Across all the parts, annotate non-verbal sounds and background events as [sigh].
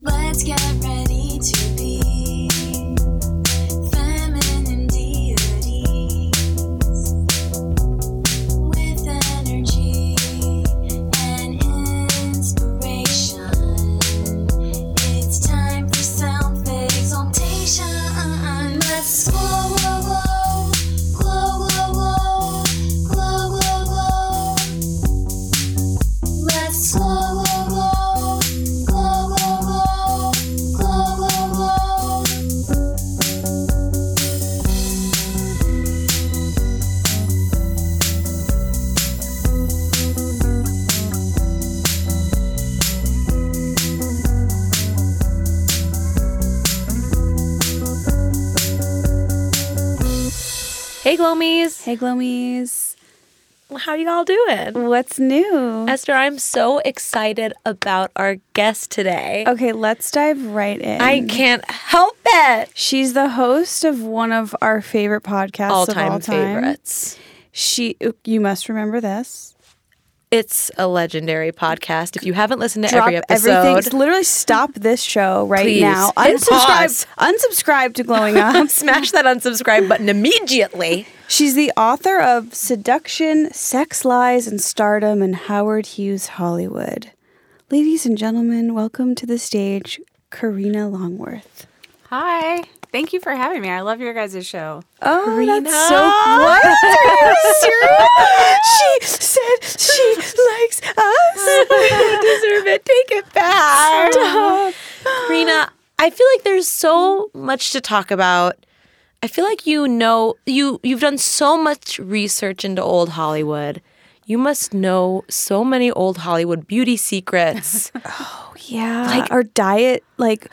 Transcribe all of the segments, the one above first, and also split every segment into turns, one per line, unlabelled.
Let's get ready to be feminine deities with energy and inspiration. It's time for self exaltation. Let's glow, glow, glow, glow, glow, glow, glow, glow, glow. Let's glow, glow, glow, glow, glow, glow, glow, glow, glow.
Hey, Glomies.
Hey, Glomies.
How y'all doing?
What's new?
Esther, I'm so excited about our guest today.
Okay, let's dive right in.
I can't help it.
She's the host of one of our favorite podcasts
All
of all
time
time.
favorites.
She, you must remember this.
It's a legendary podcast. If you haven't listened to every
everything.
episode,
Literally stop this show right
Please,
now.
and pause.
Unsubscribe. Unsubscribe
[laughs]
to Glowing Up.
smash that unsubscribe button immediately.
She's the author of Seduction, Sex Lies, and Stardom in Howard Hughes Hollywood. Ladies and gentlemen, welcome to the stage, Karina Longworth.
Hi. Thank you for having me. I love your guys' show.
Oh, that's so what?
[laughs]
Are you serious? she said she likes
[laughs]
us.
Deserve it. Take it back.
Stop.
Rena, I feel like there's so much to talk about. I feel like you know you you've done so much research into old Hollywood. You must know so many old Hollywood beauty
[laughs]
secrets.
Yeah, like our diet. Like,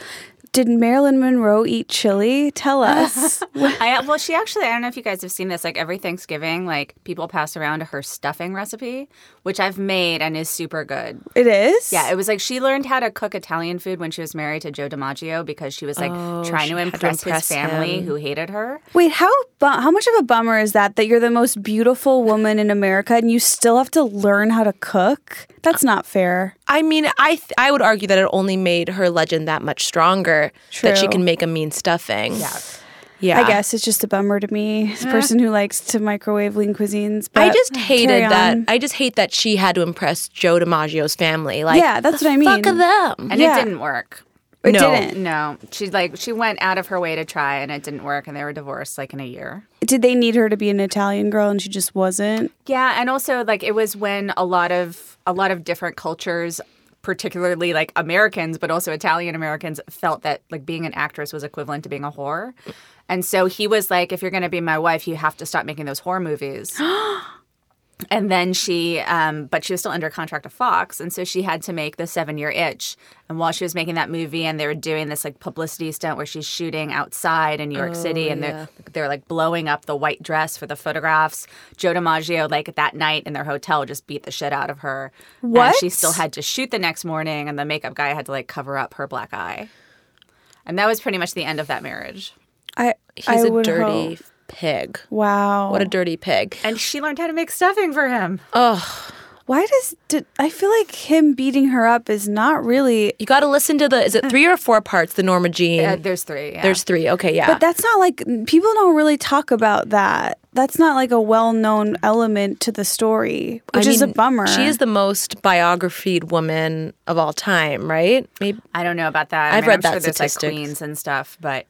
did Marilyn Monroe eat chili?
[laughs]
Tell us.
I, well, she actually, I don't know if you guys have seen this, like every Thanksgiving, like people pass around her stuffing recipe, which I've made and is super good.
it is.
Yeah, it was like she learned how to cook Italian food when she was married to Joe DiMaggio because she was like trying to
to
impress,
impress
his family
him.
who hated her.
Wait, how bu- how much of a bummer is that that you're the most beautiful woman in America and you still have to learn how to cook? That's not fair.
I mean, I th- I would argue that it only made her legend that much stronger that she
True.
can make a mean stuffing. Yeah. Yeah.
I guess it's just a bummer to me, as a person who likes to microwave lean cuisines. But
I just
carry
hated that.
on.
I just hate that she had to impress Joe DiMaggio's family. Like,
yeah, that's what I mean.
fuck them.
And
Yeah.
it didn't work.
It
No.
didn't.
No, she like she went out of her way to try, and it didn't work, and they were divorced like in a year.
did they need her to be an Italian girl and she just wasn't?
Yeah, and also like it was when a lot of a lot of different cultures, particularly like Americans, but also Italian Americans, felt that like being an actress was equivalent to being a whore. And so he was like, if you're going to be my wife, you have to stop making those whore movies. and then she, um, but she was still under contract to Fox, and so she had to make the Seven Year Itch. And while she was making that movie, and they were doing this like publicity stunt where she's shooting outside in New York City, and they're they're like blowing up the white dress for the photographs. Joe DiMaggio, like that night in their hotel, just beat the shit out of her. And
What?
she still had to shoot the next morning, and the makeup guy had to like cover up her black eye. And that was pretty much the end of that marriage.
I
He's
a
a dirty pig.
Wow.
What a dirty pig.
And she learned how to make stuffing for him.
Why does did, I feel like him beating her up is not really
You got to listen to the. Is
[laughs]
it three or four parts? The Norma Jean.
Uh, there's three. Yeah.
There's three. Okay, yeah.
But that's not like people don't really talk about that. That's not like a well-known element to the story,
I
which is a
mean,
bummer.
She is the most biographied woman of all time, right? Maybe.
I don't know about that. I
I've
mean,
read
I'm
that
sure there's like
statistic.
queens and stuff, but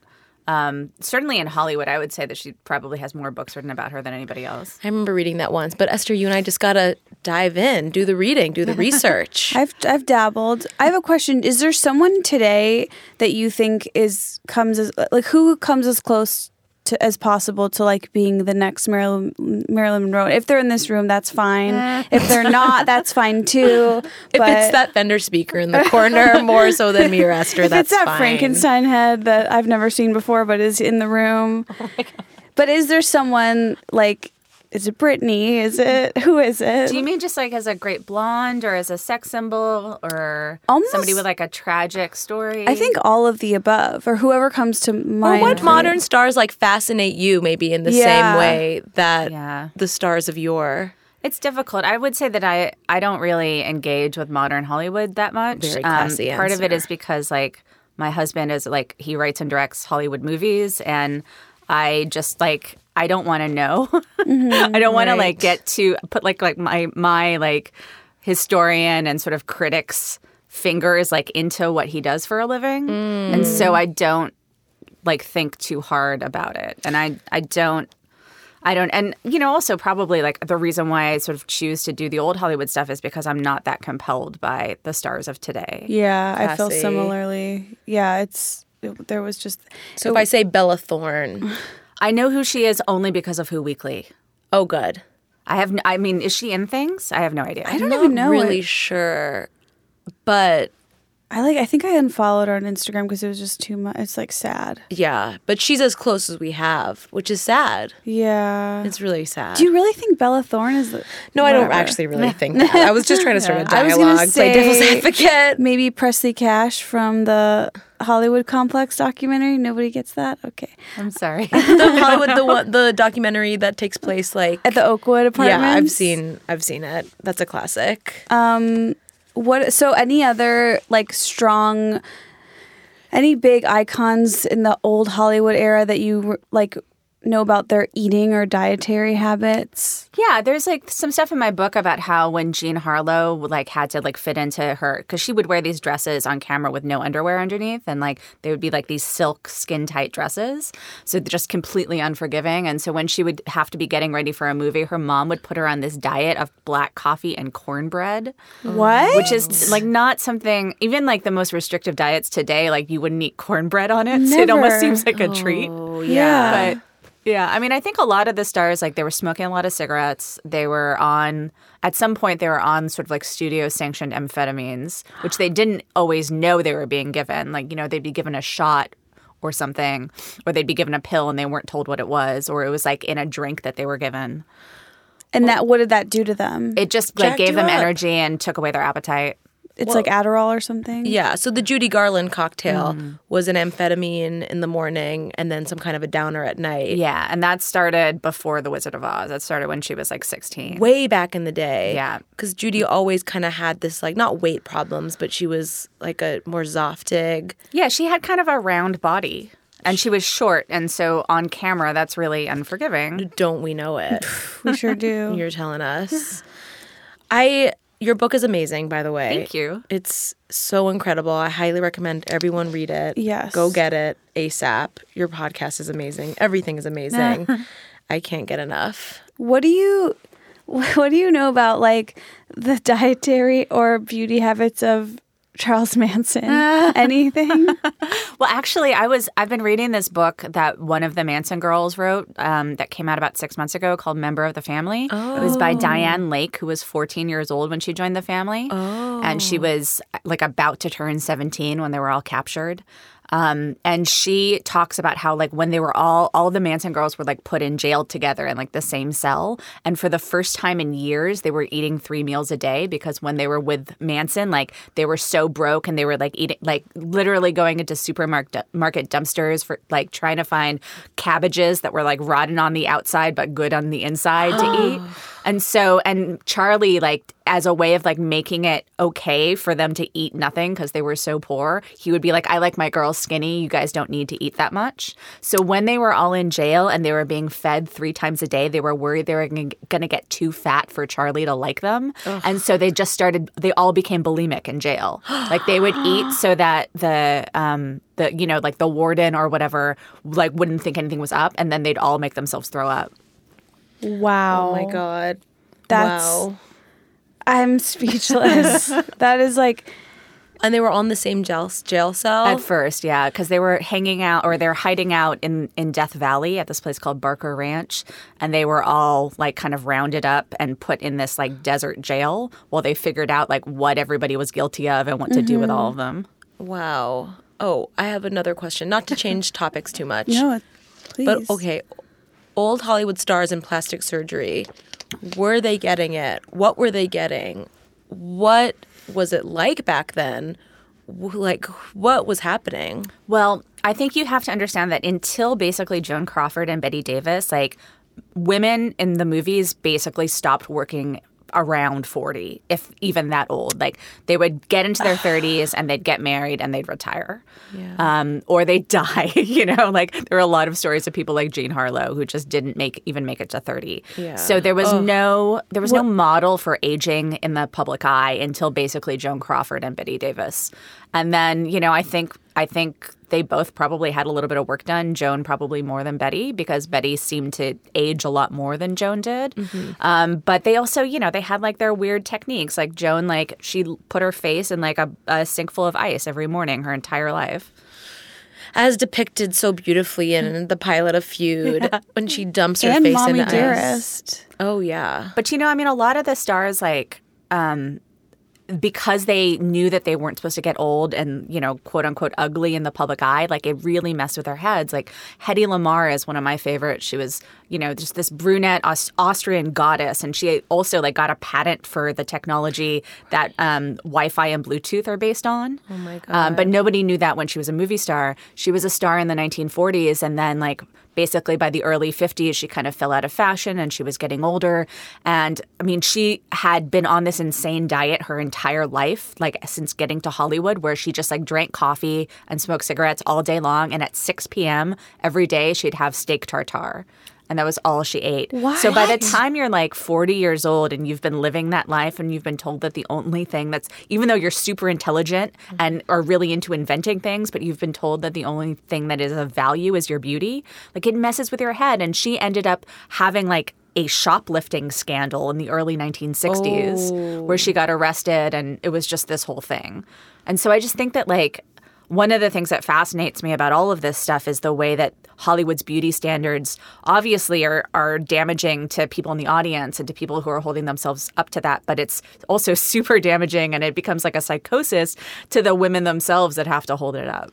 um, certainly in Hollywood, I would say that she probably has more books written about her than anybody else.
I remember reading that once. But Esther, you and I just gotta dive in, do the reading,
[laughs]
do the research.
I've I've dabbled. I have a question. Is there someone today that you think is comes as like who comes as close to as possible to like being the next Marilyn Marilyn Monroe? If they're in this room, that's fine. If they're not, that's fine too.
Eh. [laughs] if
but
it's that Fender speaker in the
[laughs]
corner, more so than me or Esther,
if
that's
it's that
fine.
Frankenstein head that I've never seen before but is in
[laughs]
the room.
Oh
But is there someone like is it Britney? Is it who is it?
Do you mean just like as a great blonde or as a sex symbol or
Almost-
somebody with like a tragic story?
I think all of the above, or whoever comes to
Or
mind.
what modern stars like fascinate you, maybe in the same
Yeah.
way that
Yeah.
the stars of yore.
It's difficult. I would say that I, I don't really engage with modern Hollywood that much. Um,
Very classy
part of it
answer.
is because like My husband is like he writes and directs Hollywood movies, and I just like I don't want to know.
Mm-hmm.
[laughs] I don't want to like get to put like like my my like historian and sort of critics fingers like into what he does for a living, and
Mm.
so I don't like think too hard about it and i i don't i don't and you know also probably like the reason why i sort of choose to do the old hollywood stuff is because i'm not that compelled by the stars of today
Yeah, I feel
Cassie.
similarly. Yeah, it's it- there was just
So if I say Bella Thorne,
i know who she is only because of who weekly
oh good.
i have n- i mean is she in things i have no idea
I don't even know.
really
it.
sure, but
I like I think I unfollowed her on Instagram because it was just too much. It's like sad.
yeah, but she's as close as we have, which is sad.
Yeah.
It's really sad.
Do you really think Bella Thorne is the,
no, I don't
whatever.
actually
[laughs]
really think that. I was just trying to start a
I was gonna
dialogue, play devil's
say- [laughs]
advocate.
maybe Presley Cash from the Hollywood Complex documentary? Nobody gets that. Okay.
i'm sorry [laughs]
The Hollywood, the one- the documentary that takes place like
At the Oakwood apartments.
yeah, I've seen, I've seen it. That's a classic.
Um, what? So any other like strong, any big icons in the old Hollywood era that you like know about their eating or dietary habits?
Yeah, there's like some stuff in my book about how when Jean Harlow like had to like fit into her because she would wear these dresses on camera with no underwear underneath, and like they would be like these silk skin tight dresses, so they're just completely unforgiving. And so when she would have to be getting ready for a movie, her mom would put her on this diet of black coffee and cornbread,
What?
which is like not something even like the most restrictive diets today. Like you wouldn't eat cornbread on it. So it
Never.
almost seems like a treat
yeah.
but yeah, I mean, I think a lot of the stars like they were smoking a lot of cigarettes. They were on at some point they were on sort of like studio sanctioned amphetamines, which they didn't always know they were being given. Like you know, they'd be given a shot or something, or they'd be given a pill and they weren't told what it was, or it was like in a drink that they were given.
and that what did that do to them?
It just like
Jacked you
gave them
up.
energy and took away their appetite.
it's like Adderall or something.
Yeah, so the Judy Garland cocktail
Mm.
was an amphetamine in the morning and then some kind of a downer at night.
Yeah, and that started before The Wizard of Oz. That started when she was like sixteen.
Way back in the day.
Yeah.
Because Judy always kind of had this, like, not weight problems, but she was like a more Zoftig.
Yeah, she had kind of a round body and she was short. And so on camera, that's really unforgiving.
Don't we know
[sighs]
it?
we
[laughs]
sure do.
You're telling us. I, your book is amazing, by the way.
Thank you.
It's so incredible. I highly recommend everyone read it.
Yes.
Go get it ASAP. Your podcast is amazing. Everything is
[laughs]
amazing. I can't get enough.
What do you [laughs] what do you know about like the dietary or beauty habits of Charles Manson? Anything?
Well, actually, I was I've been reading this book that one of the Manson girls wrote um, that came out about six months ago called "Member of the Family." It was by Diane Lake, who was 14 years old when she joined the family, oh. and she was like about to turn 17 when they were all captured. Um, and she talks about how like when they were all all the Manson girls were like put in jail together in like the same cell, and for the first time in years they were eating three meals a day because when they were with Manson, like they were so broke and they were like eating like literally going into supermarket market dumpsters for like trying to find cabbages that were like rotten on the outside but good on the inside to eat. And so and Charlie like as a way of like making it okay for them to eat nothing because they were so poor, he would be like, I like my girls skinny. You guys don't need to eat that much. So when they were all in jail and they were being fed three times a day, they were worried they were going to get too fat for Charlie to like them. And so they just started, they all became bulimic in jail. Like they would eat so that the, um, the, you know, like the warden or whatever, like wouldn't think anything was up, and then they'd all make themselves throw up.
Wow.
Oh my God.
That's-
wow.
I'm speechless. that is like
And they were on the same jail, jail cell.
At first, yeah, because they were hanging out or they're hiding out in, in Death Valley at this place called Barker Ranch, and they were all like kind of rounded up and put in this like desert jail while they figured out like what everybody was guilty of and what to do with all of them.
wow. Oh, I have another question. Not to
[laughs]
change topics too much.
no. Oh, Please.
But okay, old Hollywood stars in plastic surgery, were they getting it? What were they getting? What was it like back then? W- Like, what was happening?
Well, I think you have to understand that until basically Joan Crawford and Betty Davis, like women in the movies basically stopped working around 40, if even that old. Like they would get into their 30s and they'd get married and they'd retire. Um, or they'd [laughs] die, you know, like there were a lot of stories of people like Jean Harlow who just didn't make even make it to 30.
Yeah.
So there was no there was no model for aging in the public eye until basically Joan Crawford and Betty Davis. And then, you know, I think I think they both probably had a little bit of work done. Joan probably more than Betty because Betty seemed to age a lot more than Joan did. Um, but they also, you know, they had like their weird techniques. Like Joan, like she put her face in like a, a sink full of ice every morning her entire life.
as depicted so beautifully in the pilot of Feud when she dumps her
Mm. and
face
mommy
in ice.
dearest.
Oh yeah,
[sighs] But you know, I mean, a lot of the stars, like, um, because they knew that they weren't supposed to get old and, you know, quote unquote ugly in the public eye, like it really messed with their heads. Like Hedy Lamarr is one of my favorites. She was, you know, just this brunette Aus- Austrian goddess. And she also like got a patent for the technology that um, Wi-Fi and Bluetooth are based on. Oh my God. Um, but nobody knew that when she was a movie star. She was a star in the 1940s and then like basically by the early 50s she kind of fell out of fashion and she was getting older and i mean she had been on this insane diet her entire life like since getting to hollywood where she just like drank coffee and smoked cigarettes all day long and at 6 p.m every day she'd have steak tartare and that was all she ate. So by the time you're like 40 years old and you've been living that life and you've been told that the only thing that's even though you're super intelligent and are really into inventing things, but you've been told that the only thing that is of value is your beauty, like it messes with your head and she ended up having like a shoplifting scandal in the early 1960s where she got arrested and it was just this whole thing. And so I just think that like one of the things that fascinates me about all of this stuff is the way that Hollywood's beauty standards obviously are are damaging to people in the audience and to people who are holding themselves up to that, but it's also [laughs] super damaging and it becomes like a psychosis to the women themselves that have to hold it up.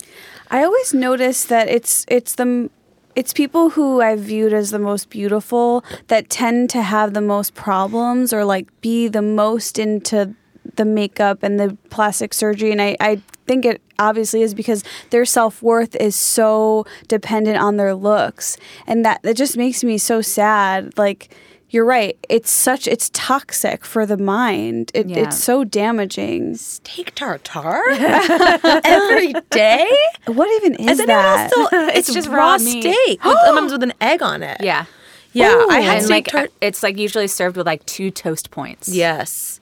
I always notice that it's it's the m- it's people who I've viewed as the most beautiful that tend to have the most problems or like be the most into the makeup and the plastic surgery and I, I think it obviously is because their self-worth is so dependent on their looks and that that just makes me so sad like you're right it's such it's toxic for the mind it,
Yeah.
it's so damaging
steak [laughs] tartare every day.
what even is
Is anyone
that
else still?
[laughs]
It's,
It's
just raw,
raw meat.
steak
[gasps]
with, sometimes with an egg on it.
Yeah.
yeah. I had
and
steak
like
tartare.
it's like usually served with like two toast points.
Yes,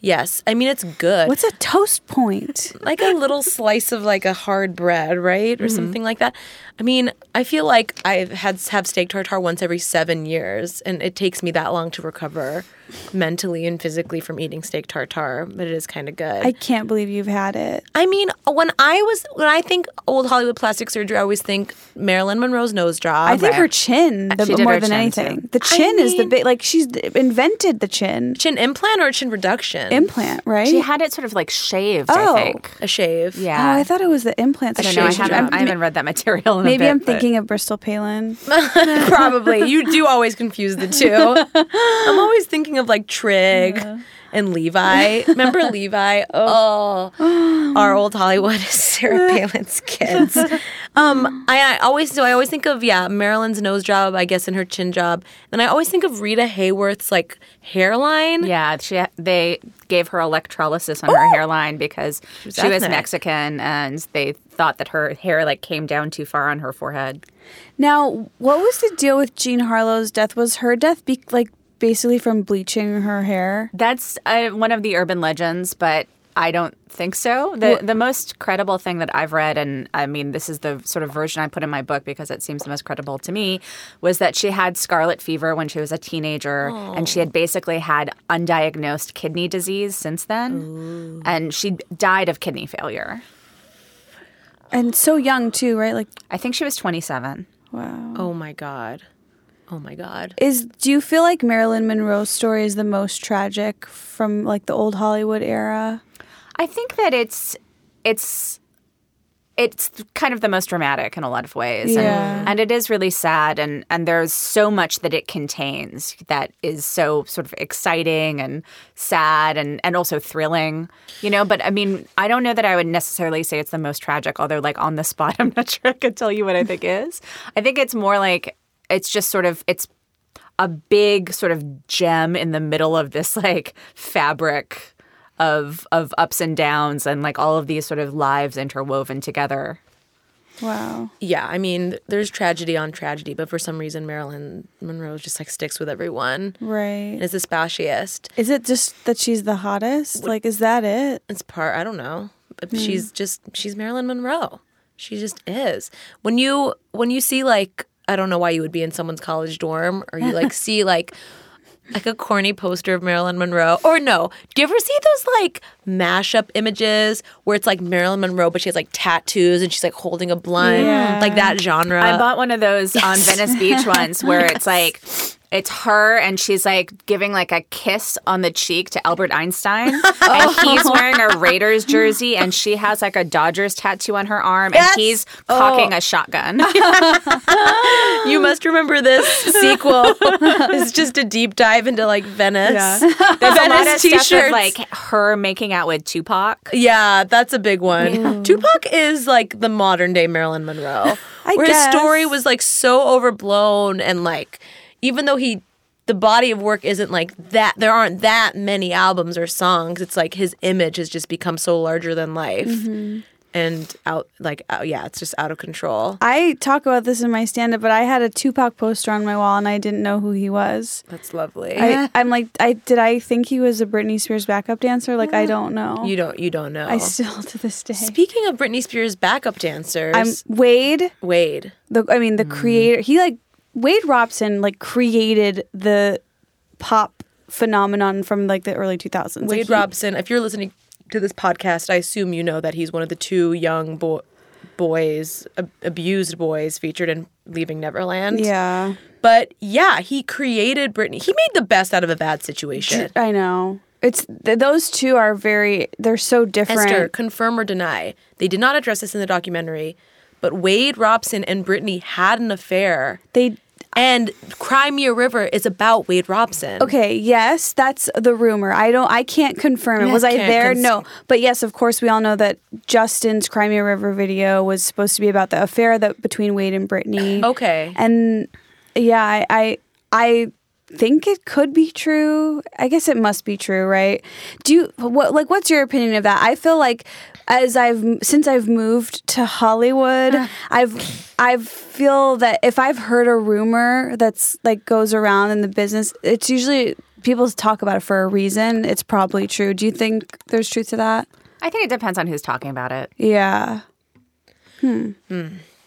yes. I mean, it's good.
what's a toast point
like a little slice of like a hard bread, right, or
Mm-hmm.
something like that. I mean, I feel like I've had have steak tartare once every seven years, and it takes me that long to recover mentally and physically from eating steak tartare. But it is kind of good.
I can't believe you've had it.
I mean, when I was when I think old Hollywood plastic surgery, I always think Marilyn Monroe's nose job.
I think her chin, the,
Uh, She did
more
her
than
chin,
anything.
too.
The chin is the
mean-
big, like she's invented the chin
chin implant or chin reduction?
implant, right?
She had it sort of like shaved,
Oh.
I think.
a shave.
oh,
Yeah.
I thought it was the implant.
I don't know. I
Shave
haven't,
job.
I haven't read that [laughs] material in a
Maybe
bit,
I'm
but-
thinking of Bristol Palin.
[laughs] probably. You do always confuse the two. I'm always thinking of like Trig and Levi. Remember Levi? Oh, our old Hollywood is [laughs] Sarah Palin's kids. Um, I, I always so I always think of yeah Marilyn's nose job, I guess, and her chin job, and I always think of Rita Hayworth's like hairline.
Yeah, she they gave her electrolysis on her hairline because she was,
ethnic.
Mexican and they thought that her hair like came down too far on her forehead.
Now, what was the deal with Jean Harlow's death? Was her death be- like basically from bleaching her hair?
That's uh, one of the urban legends, but I don't think so. The the most credible thing that I've read, and I mean, this is the sort of version I put in my book because it seems the most credible to me, was that she had scarlet fever when she was a teenager, and she had basically had undiagnosed kidney disease since then, and she died of kidney failure.
And so young too, right? Like,
I think she was twenty seven.
wow.
Oh my god. Oh my god.
Is do you feel like Marilyn Monroe's story is the most tragic from like the old Hollywood era?
I think that it's it's it's kind of the most dramatic in a lot of ways.
Yeah.
And, and it is really sad and and there's so much that it contains that is so sort of exciting and sad and and also thrilling. You know, but I mean, I don't know that I would necessarily say it's the most tragic, although like on the spot [laughs] I'm not sure I could tell you what I think is. I think it's more like it's just sort of it's a big sort of gem in the middle of this like fabric of of ups and downs and like all of these sort of lives interwoven together.
Wow.
Yeah, I mean, there's tragedy on tragedy, but for some reason, Marilyn Monroe just like sticks with everyone and
Right.
is a spashiest.
Is it just that she's the hottest? Like, is that it?
It's part, I don't know. But she's just, she's Marilyn Monroe. She just is. When you, when you see like, I don't know why you would be in someone's college dorm or you like see like, like a corny poster of Marilyn Monroe. Or no, do you ever see those like mashup images where it's like Marilyn Monroe, but she has like tattoos and she's like holding a blunt?
Yeah.
Like that genre.
I bought one of those on Venice
[laughs]
Beach once where it's like it's her and she's like giving like a kiss on the cheek to
[laughs]
Albert Einstein and he's
Oh.
wearing a Raiders jersey and she has like a Dodgers tattoo on her arm
Yes. Oh.
and he's cocking
[laughs]
a shotgun.
You must remember this sequel. [laughs] it's just a deep dive into like Venice.
Yeah.
There's a lot of
Venice t-shirts.
stuff of like her making out with Tupac.
yeah, that's a big one. Tupac is like the modern day Marilyn Monroe.
[laughs] I
where
guess.
his story was like so overblown and like even though he the body of work isn't like that there aren't that many albums or songs. It's like his image has just become so larger than life.
Mm-hmm.
And out like out, yeah, it's just out of control.
[laughs] I talk about this in my stand up, but I had a Tupac poster on my wall and I didn't know who he was.
That's lovely.
I, I'm like, I did I think he was a Britney Spears backup dancer? Like, I don't know.
you don't you don't know.
I still [laughs] to this day.
Speaking of Britney Spears' backup dancers,
I'm Wade.
Wade.
The I mean, the
Mm.
creator. He like Wade Robson like created the pop phenomenon from like the early 2000s. Like,
Wade
he-
Robson. If you're listening to this podcast, I assume you know that he's one of the two young bo- boys, ab- abused boys, featured in Leaving Neverland.
Yeah,
But yeah, he created Britney. He made the best out of a bad situation.
I know. It's th- those two are very. They're so different.
Esther, confirm or deny? They did not address this in the documentary, but Wade Robson and Britney had an affair.
They
And Cry Me a River is about Wade Robson.
Okay, yes, that's the rumor. I don't I can't confirm it.
Yeah,
Was I
can't
there?
cons-
no. But yes, of course we all know that Justin's Crimea River video was supposed to be about the affair that between Wade and Brittany.
Okay.
And yeah, I I, I think it could be true. I guess it must be true, right? Do you what like what's your opinion of that? I feel like as I've since I've moved to Hollywood, I've I feel that if I've heard a rumor that's like goes around in the business, it's usually people talk about it for a reason. It's probably true. Do you think there's truth to that?
I think it depends on who's talking about it.
Yeah.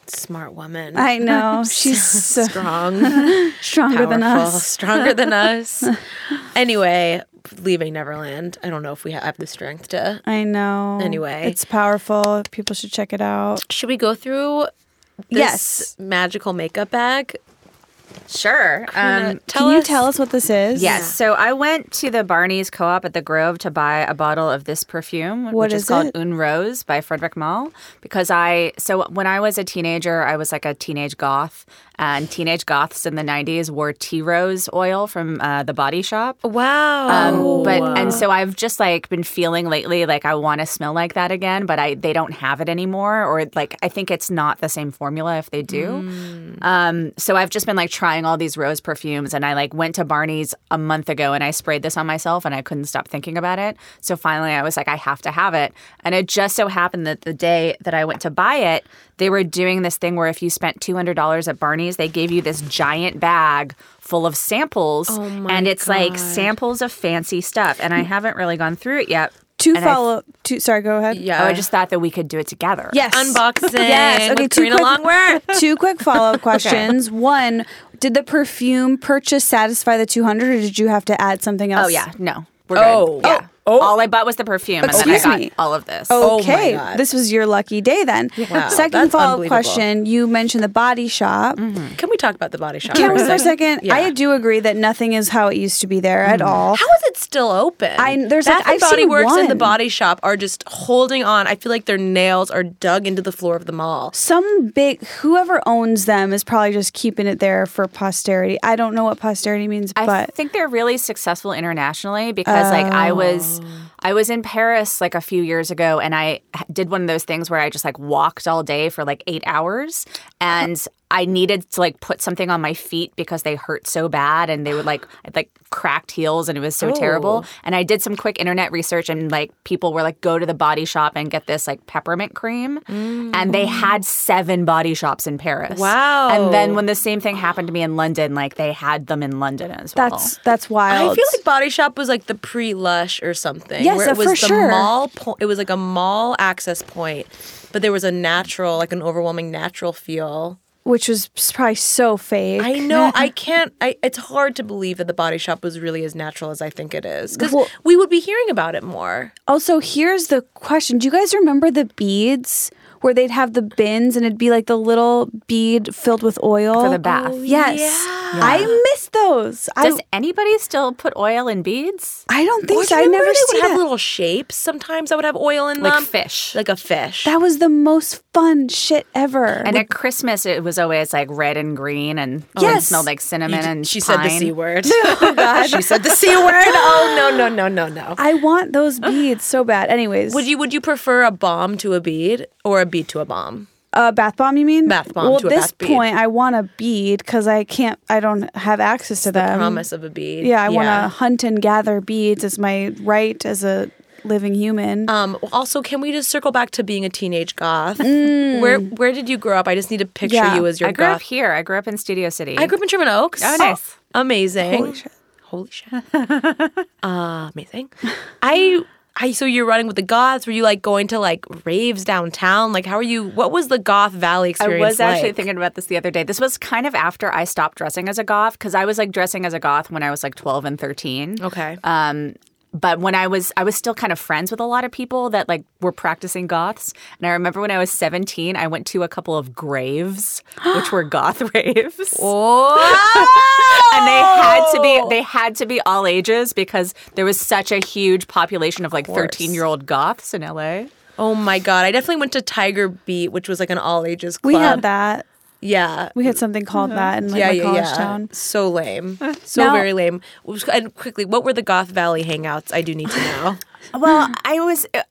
Smart woman. [laughs]
I [laughs] know. She's so [laughs]
Strong.
stronger than
powerful,
us. [laughs]
stronger than us. Anyway, leaving Neverland. I don't know if we have the strength to.
I know.
Anyway.
it's powerful. People should check it out.
Should we go through this
Yes.
magical makeup bag?
Sure. Um,
Tell
Can you
us-
tell us what this is?
Yes. So I went to the Barney's Co-op at the Grove to buy a bottle of this perfume,
What
which is,
is
called
it?
Un Rose by Frederick Malle, because I so when I was a teenager, I was like a teenage goth, and teenage goths in the '90s wore tea rose oil from uh, the Body Shop.
Uh,
Wow.
Um, but and so I've just like been feeling lately like I want to smell like that again, but I they don't have it anymore, or like I think it's not the same formula if they do. Um, so I've just been like trying all these rose perfumes, and I like went to Barney's a month ago and I sprayed this on myself, and I couldn't stop thinking about it. So finally, I was like, I have to have it, and it just so happened that the day that I went to buy it, they were doing this thing where if you spent two hundred dollars at Barney's, they gave you this giant bag full of samples,
Oh
and it's like samples of fancy stuff. And I haven't really gone through it yet.
Two
And I-
Mm. follow. Two. Sorry. Go ahead.
yeah.
Oh, I just thought that we could do it together.
Yes.
Unboxing
[laughs] Yes. Okay.
with
Two
Karina
quick,
Longworth.
[laughs] two quick
[laughs]
follow-up questions. One: Did the perfume purchase satisfy the two hundred, or did you have to add something else?
Oh yeah. No. We're
Oh.
good. Yeah.
Oh.
All I bought was the perfume,
Excuse
and then I got
me. Oh.
all of this.
my
Okay,
God.
this was your lucky day then.
Wow,
[laughs] Second
that's
follow-up
unbelievable.
question: You mentioned the Body Shop.
Can we talk about the body shop?
Can
for
we
a
for
[laughs]
a
second?
second?
Yeah. Mm-hmm.
I do agree that nothing is how it used to be there at all.
How is it still open?
I- there's,
Bath
like,
and
I've
Body
seen
Works and the
one.
Body Shop are just holding on. I feel like their nails are dug into the floor of the mall.
some big whoever owns them is probably just keeping it there for posterity. I don't know what posterity means,
I
but
think they're really successful internationally because like I was I was in Paris like a few years ago and I h- did one of those things where I just like walked all day for like 8 hours and I needed to like put something on my feet because they hurt so bad and they would like I'd, like cracked heels and it was so terrible. And I did some quick internet research and like people were like go to the body shop and get this like peppermint cream and they had 7 body shops in Paris.
Wow.
And then when the same thing happened to me in London like they had them in London as well.
That's that's wild.
I feel like Body Shop was like the pre Lush or something.
Yes,
where
uh,
it was
for
the
sure.
mall. Po- it was like a mall access point, but there was a natural, like an overwhelming natural feel.
which was probably so fake.
I know. I can't. I, it's hard to believe that the Body Shop was really as natural as I think it is because
Well-
we would be hearing about it more.
Also, here's the question: Do you guys remember the beads where they'd have the bins and it'd be like the little bead filled with oil
For the bath. Oh,
Yes,
yeah.
I miss those. I
Does anybody still put oil in beads?
I don't
Or
think
do
so.
you
I
remember
never
they
see
would have
that.
little shapes. Sometimes that would have oil in
Like
them,
fish.
Um, like a fish.
that was the most fun shit ever.
and
Like,
at Christmas, it was always like red and green, and it
Yes.
smelled like
You
cinnamon.
d-
and
she said the
pine.
c
[laughs]
word. Oh God. she said the c word. [laughs] Oh no no no no no.
I want those beads so bad. Anyways,
Would you would you prefer a bomb to a bead or a bead to a bomb?
uh, bath bomb? You mean
Bath bomb
Well,
to a
at this
bath bead.
point, I want a bead because I can't. I don't have access to them.
Promise of a bead.
Yeah, I want to hunt and gather beads as my right as a living human.
Um, also, can we just circle back to being a teenage goth? Where where did you grow up? I just need to picture
Yeah,
you as your
I grew
goth.
up here. I grew up in Studio City.
I grew up in Sherman Oaks.
Oh, nice.
amazing.
Holy shit.
Holy shit. [laughs] uh, amazing. I I so you're running with the goths. Were you like going to like raves downtown? Like how are you? What was the goth valley
I
experience?
was actually
like?
thinking about this the other day. This was kind of after I stopped dressing as a goth because I was like dressing as a goth when I was like 12 and 13.
Okay.
Um, but when I was, I was still kind of friends with a lot of people that like were practicing goths. And I remember when I was 17, I went to a couple of [gasps] graves, which were goth raves.
Oh!
and they had to be they had to be all ages because there was such a huge population of like 13 year old goths in LA.
Oh my god! I definitely went to Tiger Beat, which was like an all ages club.
we had that.
Yeah.
We had something called that in like
yeah,
my
yeah,
college
yeah.
town.
So lame. So
Now-
very lame. And quickly, what were the Goth Valley hangouts? I do need to know.
Well, I was. uh,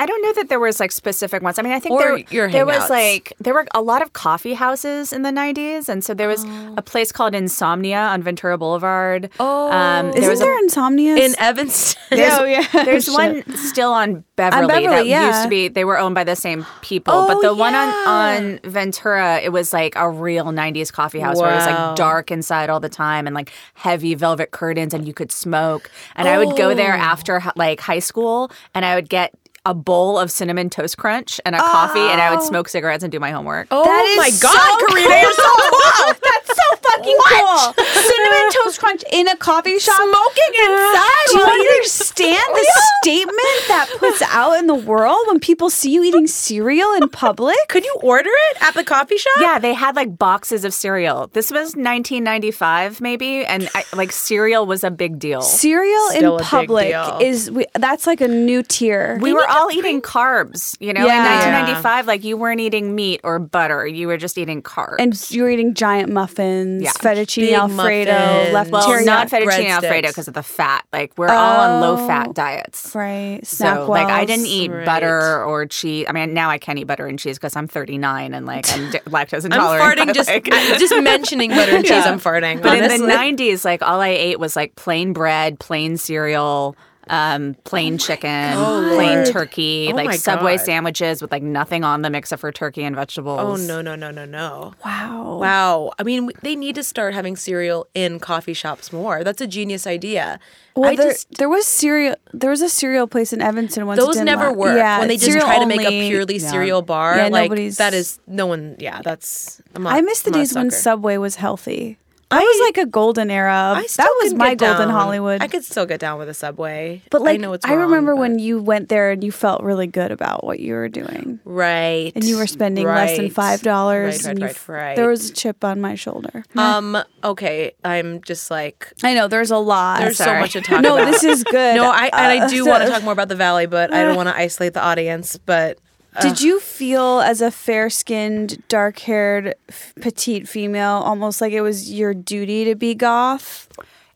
I don't know that there was like specific ones. I mean, I think
Or
there,
your
there was
hangouts.
like there were a lot of coffee houses in the '90s, and so there was a place called Insomnia on Ventura Boulevard. Um,
Oh.
there
Isn't
was a-
there insomnia?
In
[laughs]
Evanston.
there's,
Oh, yeah.
there's
Shit.
one still on Beverly,
Beverly,
that used
yeah.
to be. They were owned by the same people, but
Oh,
the one
yeah.
on on Ventura, it was like a real '90s coffee house where it was
Wow.
like dark inside all the time and like heavy velvet curtains, and you could smoke. And I would go there after hi- like high school, and I would get. A bowl of cinnamon toast crunch and a coffee, and I would smoke cigarettes and do my homework.
Oh
That is
my
so
God, Karina, you're so cool.
[laughs] That's so fucking cool. Cinnamon toast crunch in a coffee
[laughs]
shop.
Smoking inside.
Do you
while you're-
understand the statement that puts out in the world when people see you eating cereal in public?
Could you order it at the coffee shop?
Yeah, they had like boxes of cereal. This was 1995, maybe, and I, like cereal was a big deal.
Cereal
Still a
in
big
public
deal.
is we, that's like a new tier.
we were all eating carbs, you know.
Yeah.
In 1995, like you weren't eating meat or butter; you were just eating carbs.
and you're eating giant muffins,
Yeah.
fettuccine
Big
alfredo,
muffins.
left
well,
teriyaki-
not fettuccine
breadsticks. Oh.
alfredo because of the fat. Like we're all on low-fat diets.
right snack
So, like, I
wells.
didn't eat
Right.
butter or cheese. I mean, now I can't eat butter and cheese because I'm 39 and like
[laughs]
I'm d- lactose
I'm
intolerant.
farting
but,
just [laughs]
like-
I- just mentioning butter
[laughs]
and cheese. I'm farting.
But [laughs]
honestly.
in the 90s, like all I ate was like plain bread, plain cereal, um, plain chicken, plain turkey,
Oh my
like Subway
God.
sandwiches with like nothing on them except for turkey and vegetables.
Oh no no no no no!
Wow.
Wow, I mean, they need to start having cereal in coffee shops more. That's a genius idea.
Well,
I
there,
just
there was cereal. There was a cereal place in Evanston once. it
those
didn't
never
la-
work
Yeah,
when they just
cereal
try to make a
only.
purely cereal bar.
Yeah,
like
nobody's-
that is no one. Yeah, that's. I'm not,
I miss the
I'm not a
days when
sucker.
Subway was healthy. That was like a golden era.
I
of-
still
that was
can
my
get
golden
down.
Hollywood.
I could still get down with a subway,
but like,
I know it's.
I
wrong,
remember
but-
when you went there and you felt really good about what you were doing,
right
and you were spending less than
right,
five dollars.
Right, right,
and you
right,
f-
right.
There was a chip on my shoulder.
Um. Okay. I'm just like.
I know there's a lot.
There's so
sorry.
much to talk
no,
about. [laughs]
this is good.
No, I and I
Uh, [laughs]
do want to talk more about the valley, but I don't want to isolate the audience. But uh,
Did you feel as a fair skinned, dark haired, f- petite female almost like it was your duty to be goth?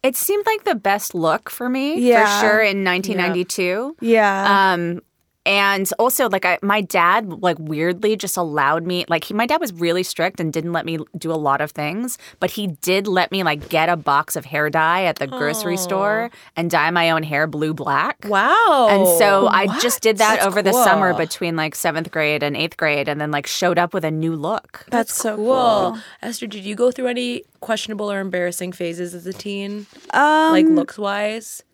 It seemed like the best look for me,
Yeah.
for sure, in 1992.
Yeah.
Um, and also like I, my dad like weirdly just allowed me like he my dad was really strict and didn't let me do a lot of things but he did let me like get a box of hair dye at the grocery store and dye my own hair blue black
Wow.
and so I just did that
That's
over the
cool.
summer between like seventh grade and eighth grade, and then like showed up with a new look.
That's so
cool. Oh. Esther, did you go through any questionable or embarrassing phases as a teen?
Um,
like looks wise?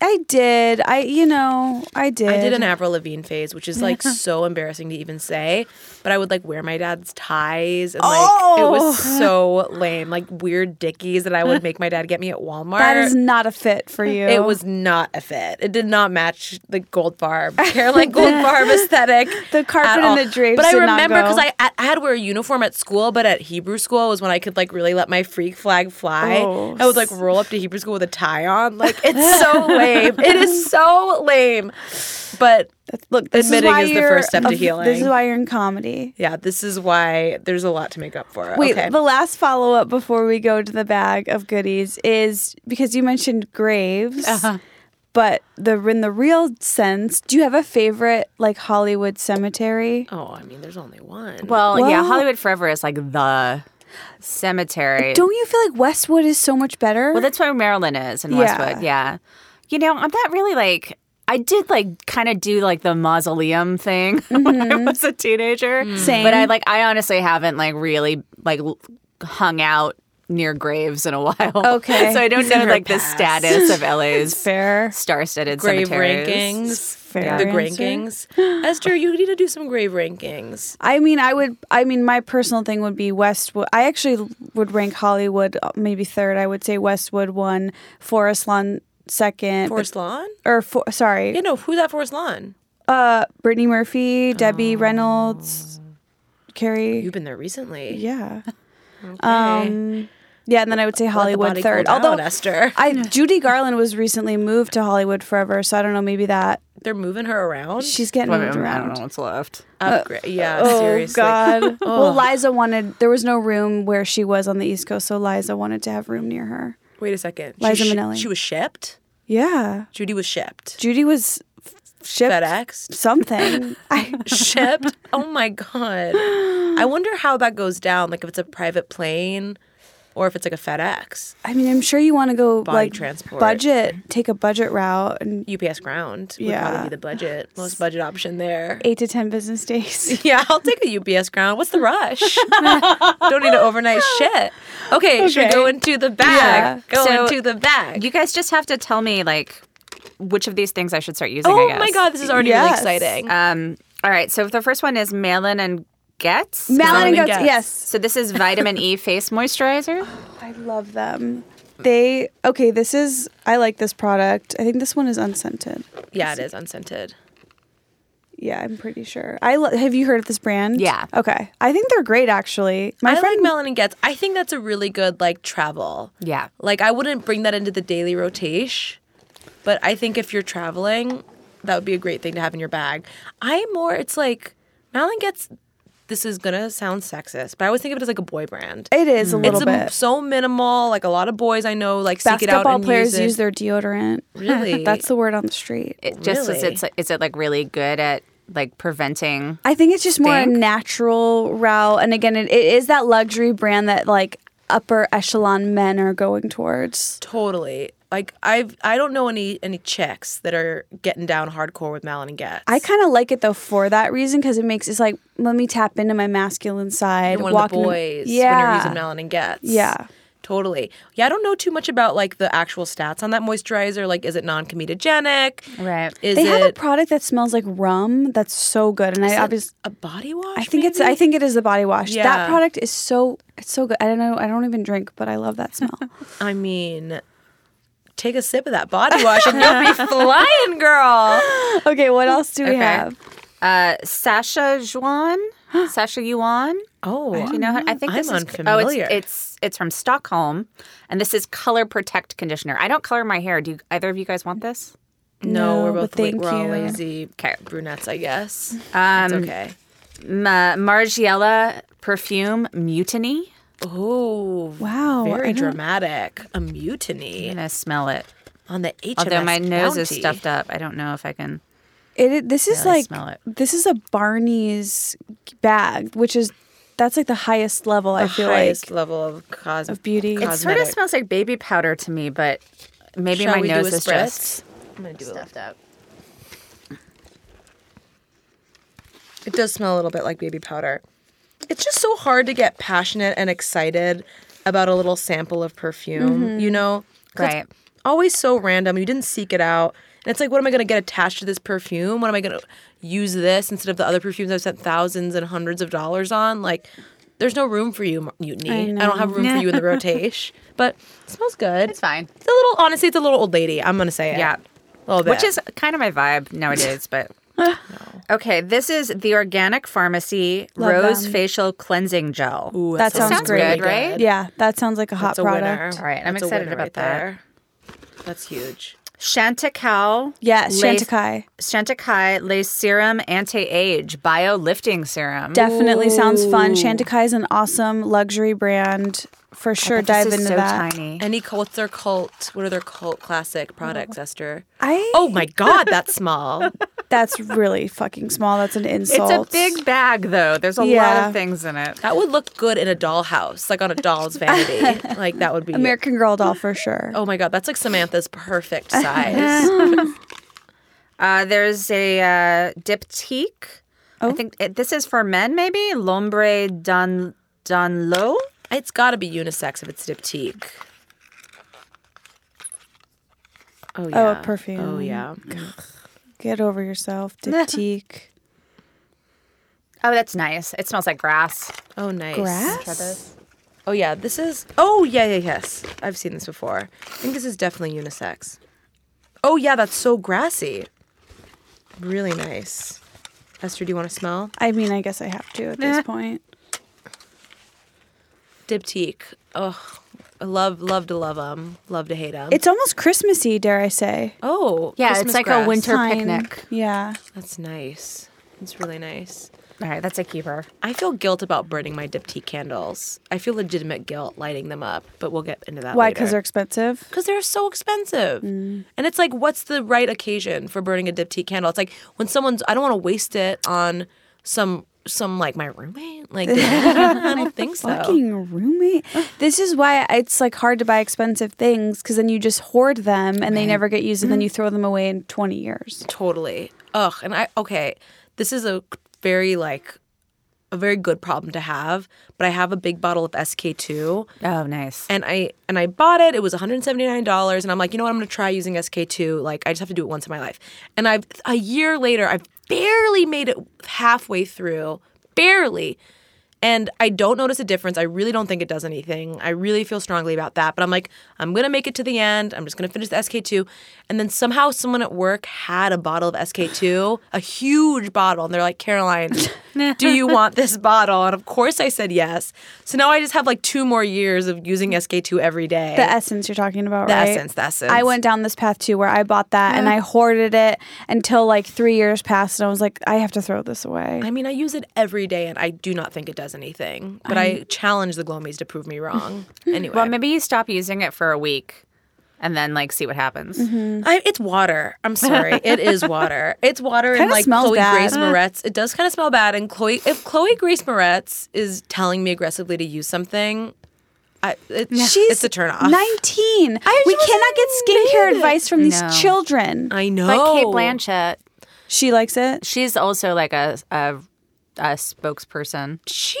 I did. I you know I did.
I did an Avril Lavigne phase, which is like so embarrassing to even say, but I would like wear my dad's ties and like it was
Oh.
so lame. Like weird dickies that I would make my dad get me at Walmart.
that is not a fit for you.
it was not a fit. It did not match the gold barb,
[laughs]
Caroline gold barb aesthetic.
The carpet
at
and
all.
the drapes
But I
did not
remember
go.
because I, I had to wear a uniform at school, but at Hebrew school was when I could like really let my freak flag fly.
Oh,
I would like roll up to Hebrew school with a tie on.
[laughs]
Like it's so lame. It is so lame. But
Look, this
admitting
is, why
is the
you're
first step to
a- This is
healing.
why you're in comedy.
yeah, this is why there's a lot to make up for.
Wait,
okay.
the last follow up before we go to the bag of goodies is because you mentioned graves,
Uh-huh.
but the in the real sense, do you have a favorite like Hollywood cemetery?
oh, I mean, there's only one.
Well, yeah,
Well-
Hollywood Forever is like the cemetery.
Don't you feel like Westwood is so much better?
well, that's where Marilyn is in
Yeah.
Westwood. Yeah, you know, I'm not really like. I did like kind of do like the mausoleum thing [laughs] when I
Mm-hmm.
was a teenager.
Mm.
Same.
But I like I honestly haven't like really like l- hung out near graves in a [laughs] while.
Okay.
so I don't
These are
know
her
like the
past.
status
[laughs]
of LA's
fair.
star-studded
grave
cemeteries.
rankings.
Fair
the
answer. [gasps]
rankings. Esther, you need to do some grave rankings.
I mean, I would. I mean, my personal thing would be Westwood. I actually would rank Hollywood uh, maybe third. I would say Westwood one, Forest Lawn second,
Forest Lawn?
or for, sorry,
Yeah, no, who's at Forest Lawn?
uh, Brittany Murphy, Debbie
Oh.
Reynolds, Carrie.
You've been there recently.
yeah,
Um,
yeah, and then I would say Hollywood third. Although
Although Esther,
I Judy Garland was recently moved to Hollywood forever, so I don't know. Maybe that
they're moving her around.
she's getting
Well, I
moved
mean, I
around.
don't know what's left.
Upgra- yeah,
Oh
seriously.
God! [laughs] Oh. well, Liza wanted. There was no room where she was on the East Coast, so Liza wanted to have room near her.
Wait a second.
Liza
she, shi-
Minnelli.
She was shipped.
Yeah,
Judy was shipped.
Judy was f- shipped
FedEx.
[laughs] something. I [laughs]
shipped. Oh my God. I wonder how that goes down. Like if it's a private plane or if it's like a FedEx,
I mean, I'm sure you want to go
Body
like
transport.
budget, take a budget route, and
UPS ground would
Yeah.
probably be the
[sighs]
budget, most budget option
[laughs]
there.
eight to ten business [laughs] days.
Yeah, I'll take a UPS ground. What's the
[laughs]
rush? Don't need an overnight shit. Okay, should we
Okay.
go into the bag?
Yeah.
Go
So-
into the bag.
You guys just have to tell me like which of these things I should start using. I
oh
guess.
my god, this is already
Yes. Uh,
really exciting.
Um, all right. So the first one is Malin and Getz.
Melon and
Melon
goats.
Guts.
Yes,
So this is vitamin E face moisturizer.
I love them. They okay. This is I like this product. I think this one is unscented.
yeah, it is unscented.
Yeah, I'm pretty sure. I lo- have you heard of this brand?
Yeah.
Okay. I think they're great actually. My
I like
friend
Melon and Getz. I think that's a really good like travel.
Yeah.
Like I wouldn't bring that into the daily rotation, but I think if you're traveling, that would be a great thing to have in your bag. I more it's like Melon Getz. This is gonna sound sexist, but I always think of it as like a boy brand.
it is a little
it's a-
bit.
so minimal. Like a lot of boys I know like seek it out
Basketball
and
players
use, it.
use their deodorant. [laughs]
Really?
That's the word on the street.
It just
Really?
is it is it like really good at
[laughs]
like preventing.
I think it's just more a
Stink?
natural route. And again, it, it is that luxury brand that like upper echelon men are going towards.
totally. Like I've I don't know any any chicks that are getting down hardcore with Malin and Getz.
I kind of like it though for that reason because it makes it's like let me tap into my masculine side.
You're one
walk
of the
in-
boys when you're
yeah,
using Melon and Getz.
Yeah.
Totally. Yeah, I don't know too much about like the actual stats on that moisturizer. Like, is it non-comedogenic?
Right.
Is
they have a
it
product that smells like rum. That's so good, and I obviously
a body wash?
I think it's I think it is the body wash.
Yeah.
That product is so it's so good. I don't know. I don't even drink, but I love
[laughs]
that smell.
I mean, take a sip of that body wash and
[laughs]
you'll be flying, girl.
okay, what else do we
Okay.
have?
Uh, Sasha
[gasps]
Juan. Sasha Yuan.
Oh,
Do you know? How, I think
I'm
this is
unfamiliar.
Oh, it's, it's it's from Stockholm, and this is Color Protect conditioner. I don't color my hair. Do you, either of you guys want this?
no, we're
No,
both
but
la-
thank
we're all
you.
lazy
Okay.
brunettes, I guess.
Um,
It's okay.
Ma- uh, Margiela perfume mutiny.
Oh,
Wow,
Very
I don't-
dramatic. A mutiny
I'm gonna smell it.
on the HMS
Although my nose is
Bounty.
stuffed up, I don't know if I can.
It, i- this is
Yeah, I
like
smell it.
this is a Barney's bag, which is that's like the highest level. I
the
feel
highest
like
level of cos
of beauty.
It's-
It's,
Cosmetic.
Sort of smells like baby powder to me, but maybe
Shall
my
we do
nose
a
is
spritz?
just
I'm gonna do a
stuffed up.
[laughs] It does smell a little bit like baby powder. It's just so hard to get passionate and excited about a little sample of perfume,
Mm-hmm.
you know? 'Cause it's
Right.
Always so random. You didn't seek it out. And it's like, what am I going to get attached to this perfume? What am I going to use this instead of the other perfumes I've spent thousands and hundreds of dollars on? Like, there's no room for you, Mutiny. I, don't have room for you in
[laughs]
the rotation. But it smells good.
It's fine.
It's a little, honestly, it's a little old lady. I'm going to say it.
Yeah.
A little bit.
Which is kind of my vibe nowadays, but. Okay, this is the Organic Pharmacy
Love
Rose
them.
Facial Cleansing Gel. Ooh,
that sounds
sounds
great.
good, right?
Yeah, that sounds like a hot
That's a winner.
product.
All right, I'm
That's a
excited
winner
about
right
that.
there. That's huge.
Chantecal.
Yes,
Lace-
Chantecaille
Chantecaille Lace Serum Anti-Age Bio Lifting Serum.
definitely sounds fun. Chantecaille is an awesome luxury brand for sure.
But
Dive
this is
into
so
that.
tiny.
Any cult, what's their cult? What are their cult classic products, Esther?
I
Oh my God, that's
[laughs]
small.
that's really fucking small. That's an
It's
insult.
a big bag though. There's a lot
Yeah.
of things in it.
That would look good in a dollhouse, like on a doll's vanity.
[laughs]
Like that would be.
American Girl doll for sure.
oh my God, that's like Samantha's
[laughs]
perfect size.
Uh, there's a uh, diptyque. I think it, this is for men, maybe L'ombre Don Donlo.
it's got to be unisex if it's diptyque. Oh yeah.
a perfume.
Oh yeah.
Get over yourself, Diptyque.
Oh, that's nice. It smells like grass.
Oh nice.
Grass.
Oh yeah. This is. Oh yeah yeah yes. I've seen this before. I think this is definitely unisex. Oh yeah, that's so grassy. Really nice. Esther, do you want to smell?
I mean, I guess I have to at this point.
Diptyque. Oh, I love love to love them, love to hate them.
It's almost Christmassy, dare I say?
oh
Yeah, it's
Christmas
like a
grass.
winter- It's our
Fine.
picnic.
Yeah.
That's nice. It's really nice.
All right, that's a keeper.
I feel guilt about burning my diptyque candles. I feel legitimate guilt lighting them up, but we'll get into that.
Why?
later.
Because they're expensive.
because they're so expensive.
Mm.
And it's like, what's the right occasion for burning a diptyque candle? It's like when someone's, I don't want to waste it on some, some like my roommate. Like, [laughs] I don't think so.
Fucking roommate. This is why it's like hard to buy expensive things because then you just hoard them and they never get used and
Mm-hmm.
then you throw them away in 20 years.
Totally. Ugh. And I, okay, this is a very like, a very good problem to have, but I have a big bottle of SK2
Oh, nice.
and I and I bought it. It was $179 and I'm like, you know what? I'm going to try using SK2. Like I just have to do it once in my life. And I've a year later, I've barely made it halfway through. Barely. And I don't notice a difference. I really don't think it does anything. I really feel strongly about that. But I'm like, I'm going to make it to the end. I'm just going to finish the SK2. And then somehow someone at work had a bottle of
[sighs]
SK2, a huge bottle. And they're like,
[laughs]
Caroline, do you want this bottle? And of course I said yes. So now I just have like two more years of using SK2 every day.
The essence you're talking about,
The
right?
essence, the essence.
I went down this path too where I bought that and I hoarded it until like three years passed and I was like, I have to throw this away.
I mean, I use it every day and I do not think it does anything. But I challenge the Glomies to prove me
[laughs]
wrong. Anyway.
Well, maybe you stop using it for a week, and then like see what happens.
I, it's water. I'm sorry. It
[laughs]
is water. It's water and
Kinda
like
smells
Chloe
bad.
Grace Moretz. It does kind of smell bad. And Chloe, if Chloe Grace Moretz is telling me aggressively to use something, I, it,
She's
it's a turn off.
19.
I
we
just
cannot get
made
skincare
it.
advice from
No.
these children.
I know.
But Kate Blanchett,
She likes it.
she's also like a a, a spokesperson.
she,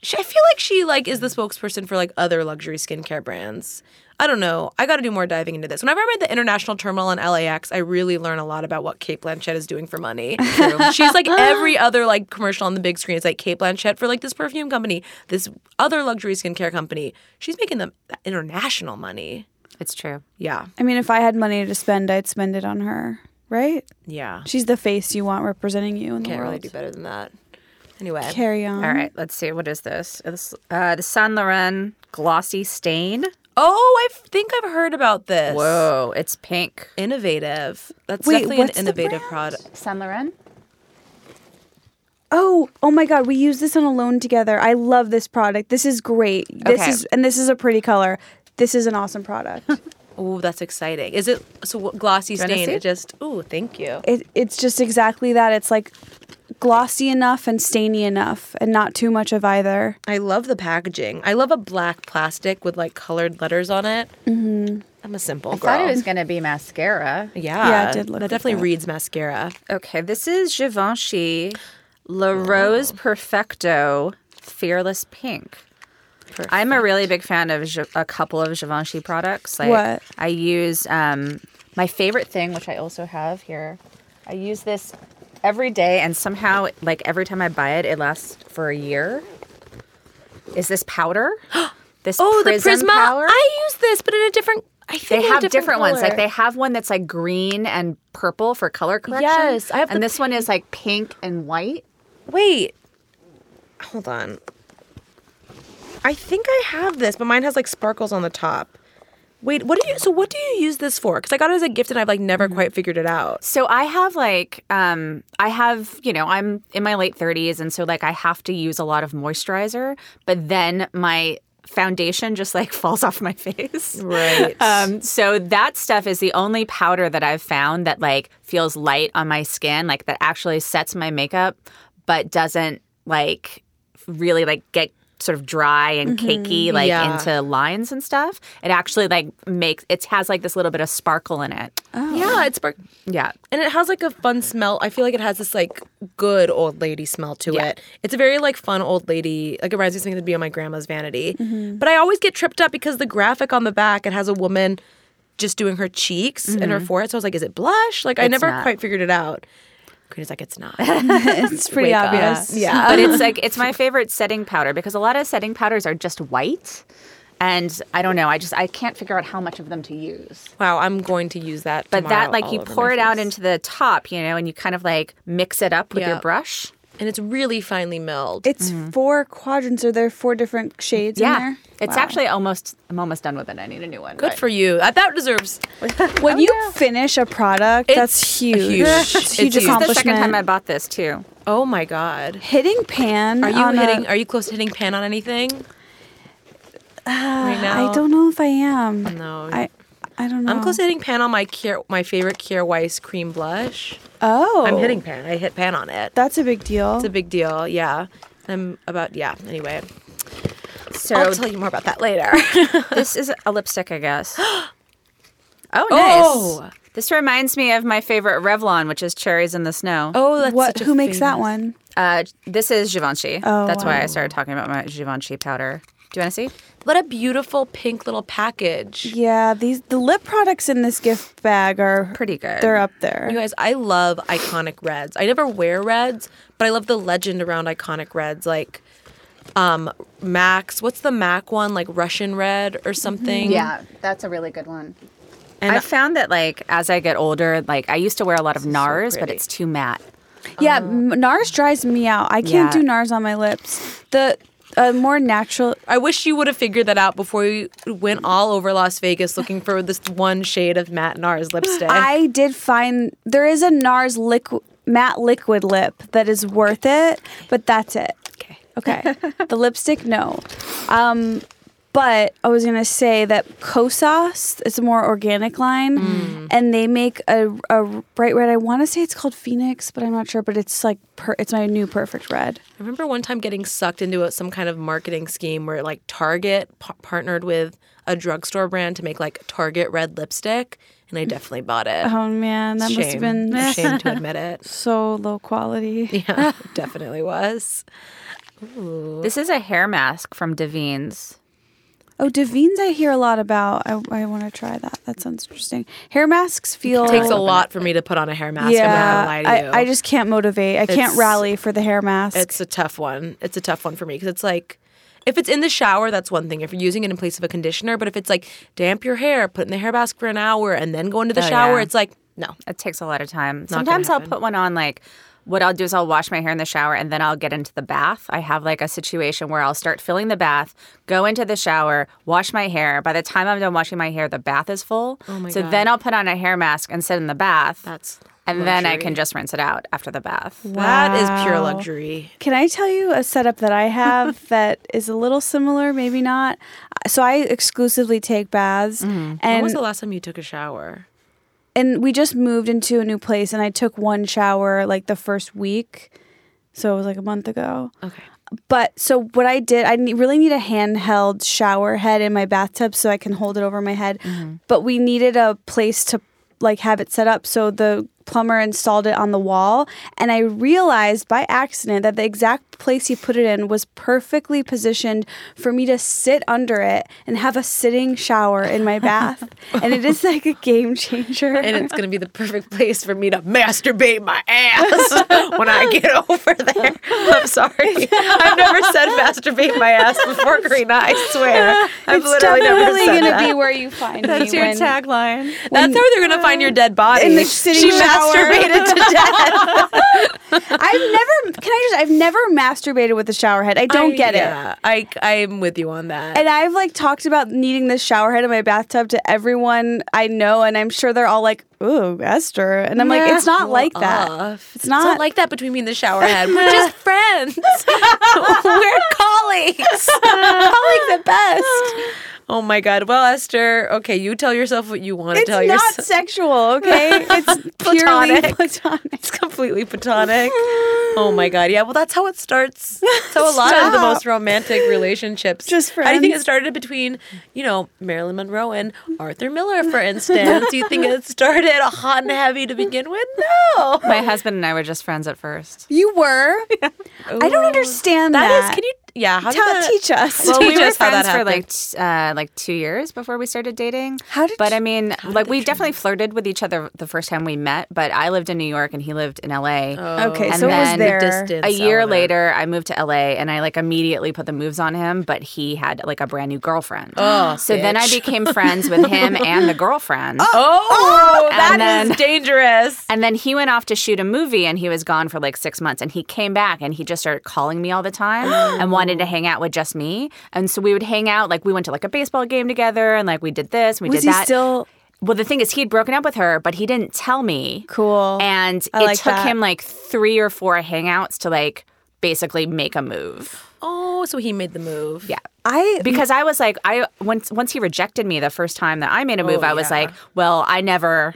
she I feel like she like is the spokesperson for like other luxury skincare brands. I don't know. I got to do more diving into this. Whenever I'm at the international terminal in LAX, I really learn a lot about what Kate Blanchett is doing for money. She's like every other like commercial on the big screen. It's like Kate Blanchett for like this perfume company, this other luxury skincare company. She's making them international money.
It's true.
Yeah,
I mean, if I had money to spend, I'd spend it on her, right?
yeah. She
She's the face you want representing you in the
can't
world.
really do better than that. Anyway,
Carry on.
All right, let's see. What is this? It's, uh, the Saint Laurent Glossy Stain.
oh, I think I've heard about this.
Whoa, it's pink.
innovative. That's
Wait,
definitely an
what's the
innovative
brand?
product.
Saint Laurent?
Oh, oh my God, we used this on Alone Together. I love this product. This is great. This
Okay. [laughs]
is and this is a pretty color. This is an awesome product.
Ooh, that's exciting. Is it so what- glossy
wanna
stain?
see?
It just ooh, thank you.
It, it's just exactly that. It's like glossy enough and stainy enough, and not too much of either.
I love the packaging. I love a black plastic with like colored letters on it. Mm-hmm. I'm a simple girl.
thought it was going to be mascara.
yeah,
Yeah, it did look
that
like
definitely
that.
reads mascara.
Okay, this is Givenchy La
Oh.
Rose Perfecto Fearless Pink. I'm a really big fan of Gi- a couple of Givenchy products. Like
What?
I use um, my favorite thing, which I also have here. I use this every day, and somehow, like every time I buy it, it lasts for a year. Is this
[gasps]
powder? This
Oh,
Prism
the Prisma.
powder?
I use this, but in a different. I think
they
in a
have different, ones. Like
color.
they have one that's like green and purple for color correction.
Yes, I have the
and this one is like pink and white.
Wait. Hold on. I think I have this, but mine has like sparkles on the top. Wait, what do you so what do you use this for? Cuz I got it as a gift and I've like never quite figured it out.
So I have like um I have, you know, I'm in my late 30s and so like I have to use a lot of moisturizer, but then my foundation just like [laughs] falls off my face.
Right.
Um, so that stuff is the only powder that I've found that like feels light on my skin, like that actually sets my makeup, but doesn't like really like get sort of dry and cakey like
Yeah.
into lines and stuff. It actually like makes it has like this little bit of sparkle in it.
yeah, it's spark-
Yeah.
and it has like a fun smell. I feel like it has this like good old lady smell to it. It's a very like fun old lady. Like it reminds me of something that'd be on my grandma's vanity.
Mm-hmm.
But I always get tripped up because the graphic on the back it has a woman just doing her cheeks and her forehead. So I was like, is it blush? Like I
Mm-hmm. It's
never
not.
quite figured it out. Karina's like, it's
[laughs]
not. [laughs]
It's pretty
Wake up.
obvious.
[laughs]
yeah.
but it's like it's my favorite setting powder because a lot of setting powders are just white. And I don't know, I just I can't figure out how much of them to use.
Wow, I'm going to use that.
But that
tomorrow
like
all
you
over
pour
my
it out
face.
into the top, you know, and you kind of like mix it up with
Yeah.
your brush.
and it's really finely milled.
It's four quadrants. Are there four different shades
Mm-hmm. yeah.
in there?
It's actually almost I'm almost done with it. I need a new one.
Good for you. That, that deserves
oh,
When you finish a product,
It's
that's
a
huge.
huge-
It's a huge
it's huge.
This is the second time I
accomplishment.
bought this too.
Oh my god.
Hitting pan.
Are you
on a-
hitting are you close to hitting pan on anything? right now?
[sighs] [sighs]
Oh,
I don't know if I am.
No.
I I don't know.
I'm close to hitting pan on my Kier, my favorite Kier Weiss cream blush.
Oh,
I'm hitting pan. I hit pan on it.
That's a big deal.
That's a big deal. Yeah. I'm about yeah. Anyway,
So
I'll tell you more about that later.
Oh, [laughs] this is a lipstick, I guess. oh nice.
Oh.
This reminds me of my favorite Revlon, which is cherries in the snow.
oh, that's
what?
such a
Who makes that
famous-
one?
Uh, this is Givenchy.
Oh,
That's why
wow.
I started talking about my Givenchy powder. Do you want to see?
[laughs] What a beautiful pink little package.
Yeah, these the lip products in this gift bag are
Pretty good.
They're up there.
You guys, I love iconic reds. I never wear reds, but I love the legend around iconic reds, like um Max. What's the Mac one? Like Russian red or something.
that's a really good one.
And-
I found that like as I get older, like I used to wear a lot of NARS, but
pretty.
it's too matte.
yeah,
Oh.
m NARS dries me out. I can't
Yeah.
do NARS on my lips. The uh, more natural.
I wish you would have figured that out before you went all over Las Vegas looking for this one shade of Matt Nars lipstick.
I did find there is a NARS liquid matte liquid lip that is worth it, but that's it.
okay.
Okay. [laughs] the lipstick, no. Um, but I was gonna say that Kosas, it's a more organic line,
Mm.
and they make a, a bright red. I want to say it's called Phoenix, but I'm not sure. But it's like per, it's my new perfect red.
I remember one time getting sucked into a, some kind of marketing scheme where like Target p- partnered with a drugstore brand to make like Target red lipstick, and I definitely bought it.
Oh man, that must have
Shame.
been
Shame
[laughs]
to admit it. [laughs]
so low quality.
Yeah, definitely was.
This is a hair mask from Devine's.
Oh, Devine's, I hear a lot about. I, I want to try that. That sounds interesting. Hair masks feel
It takes a lot for me to put on a hair mask.
Yeah,
I'm not gonna lie to you.
I, I just can't motivate. I
It's-
can't rally for the hair mask.
it's a tough one. It's a tough one for me because it's like, if it's in the shower, that's one thing. If you're using it in place of a conditioner, but if it's like damp your hair, put it in the hair mask for an hour, and then go into the
Oh,
shower,
yeah.
it's like no.
It takes a lot of time.
gonna
Sometimes I'll
happen.
put one on like what I'll do is I'll wash my hair in the shower and then I'll get into the bath. I have like a situation where I'll start filling the bath, go into the shower, wash my hair. By the time I'm done washing my hair, the bath is full. Oh
my
so
God.
then I'll put on a hair mask and sit in the bath.
That's
and then I
luxury.
can just rinse it out after the bath.
That is pure
Wow.
luxury. [laughs]
Can I tell you a setup that I have that is a little similar, maybe not? so I exclusively take baths,
When
and
Mm. was the last time you took a shower?
and we just moved into a new place, and I took one shower like the first week, so it was like a month ago.
Okay.
But so what I did, I ne- really need a handheld shower head in my bathtub so I can hold it over my head.
Mm-hmm.
But we needed a place to like have it set up, so the plumber installed it on the wall, and I realized by accident that the exact place he put it in was perfectly positioned for me to sit under it and have a sitting shower in
[laughs]
my bath, and it is like a game changer.
And it's going to be the perfect place for me to masturbate my [laughs] ass when I get over there. I'm sorry. I've never said masturbate my ass before, Karina. I swear. I've
it's
literally never
definitely
said
gonna
that.
be where you find me. when-
tagline.
That's where they're going to find your dead body.
In the sitting
she
shower.
masturbated to death.
[laughs] I've never. Can I just? I've never masturbated with a shower head. I don't get it.
Yeah, I, I'm with you on that.
And I've like talked about needing this shower head in my bathtub to everyone I know, and I'm sure they're all like, "Ooh, Esther," and I'm like, "It's not like that.
Off. uh, It's
not-
like that between me and the shower head. We're
[laughs]
just friends. We're [laughs] colleagues. colleagues at best. Oh my God. Well, Esther, okay, you tell yourself what you want to
It's
tell
not
yourself.
[laughs] sexual,
[laughs]
okay? It's purely
Platonic.
platonic."
It's completely platonic. Oh my god! Yeah, well, that's how it starts. That's how a lot of the
Stop.
most romantic relationships.
Just
How do you think it
friends.
started between, you know, Marilyn Monroe and Arthur Miller, for instance? do you think it started hot and heavy to begin with? No.
My husband and I were just friends at first.
You
[laughs]
were. I don't understand that.
That is. Can you? Yeah. How did
tell,
that,
teach us?
Well,
we
Teach
were
us how that
friends for like t- uh, like two years before we started dating.
How did
But
you-
I mean, like we definitely flirted with each other the first time we met. But I lived in New York and he lived in L.A.
okay,
and
so it was
then
there.
distance.
a year
element.
later, I moved to LA and I like immediately put the moves on him, but he had like a brand new girlfriend. Oh, so then I became friends with
[laughs]
him and the girlfriend.
Oh, that is
And then-
dangerous.
And then he went off to shoot a movie and he was gone for like six months. And he came back and he just started calling me all
[gasps]
the time and wanted to hang out with just me. And so we would hang out, like we went to like a baseball game together and like we did this and we
Was
did
he
that.
still
well, the thing is, he had broken up with her, but he didn't tell me.
cool?
And
I
it
like
took
that.
him like three or four hangouts to like basically make a move.
Oh, so he made the move.
Yeah.
I
Because I was like, I once once he rejected me the first time that I made a move, I was
Oh, yeah.
like, well, I never,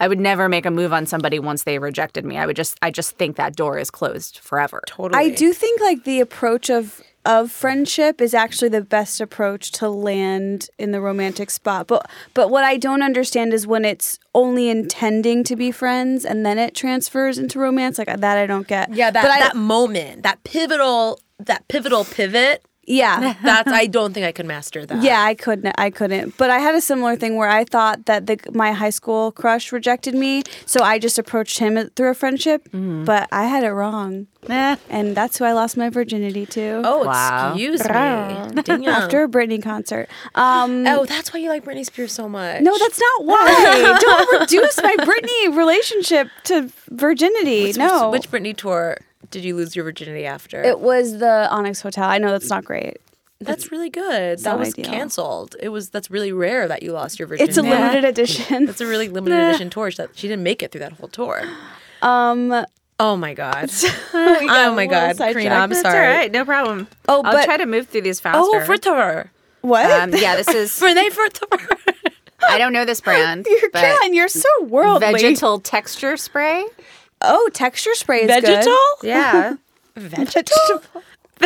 I would never make a move on somebody once they rejected me. I would just, I just think that door is closed forever.
Totally.
I do think like the approach of of friendship is actually the best approach to land in the romantic spot. But but what I don't understand is when it's only intending to be friends and then it transfers into romance. Like that I don't get.
Yeah, that,
but I,
that moment, that pivotal, that pivotal pivot.
yeah. [laughs]
That's. [laughs] I don't think I could master that.
Yeah, I couldn't. I couldn't. But I had a similar thing where I thought that the, my high school crush rejected me, so I just approached him through a friendship.
Mm-hmm.
But I had it wrong, and that's who I lost my virginity to.
Oh,
Wow.
excuse me. Dang.
after a Britney concert. Um,
Oh, that's why you like Britney Spears so much.
No, that's
[laughs]
not why. Don't reduce my Britney relationship to virginity. no.
Which Britney tour did you lose your virginity after?
it was the Onyx Hotel. I know that's not great.
that's really good. That
not
was
ideal.
canceled. It was. That's really rare that you lost your virginity.
It's a limited
[laughs]
edition.
That's a really limited edition tour. That she didn't make it through that whole tour. [gasps]
Um,
[laughs] Oh my god.
got
oh
a
my
little
god, Karina.
sidetracked.
I'm
That's
sorry.
all right, no problem.
Oh,
I'll
but-
try to move through these faster.
Oh, Fritter.
what?
[laughs]
um, yeah, this is.
Renee [laughs] Fritter.
I don't know this
[laughs]
brand,
[laughs] you're
but
Caroline, you're so worldly.
vegetal texture spray.
oh, texture spray is
Vegetal?
good.
Yeah.
Vegetal.
[laughs]
[laughs]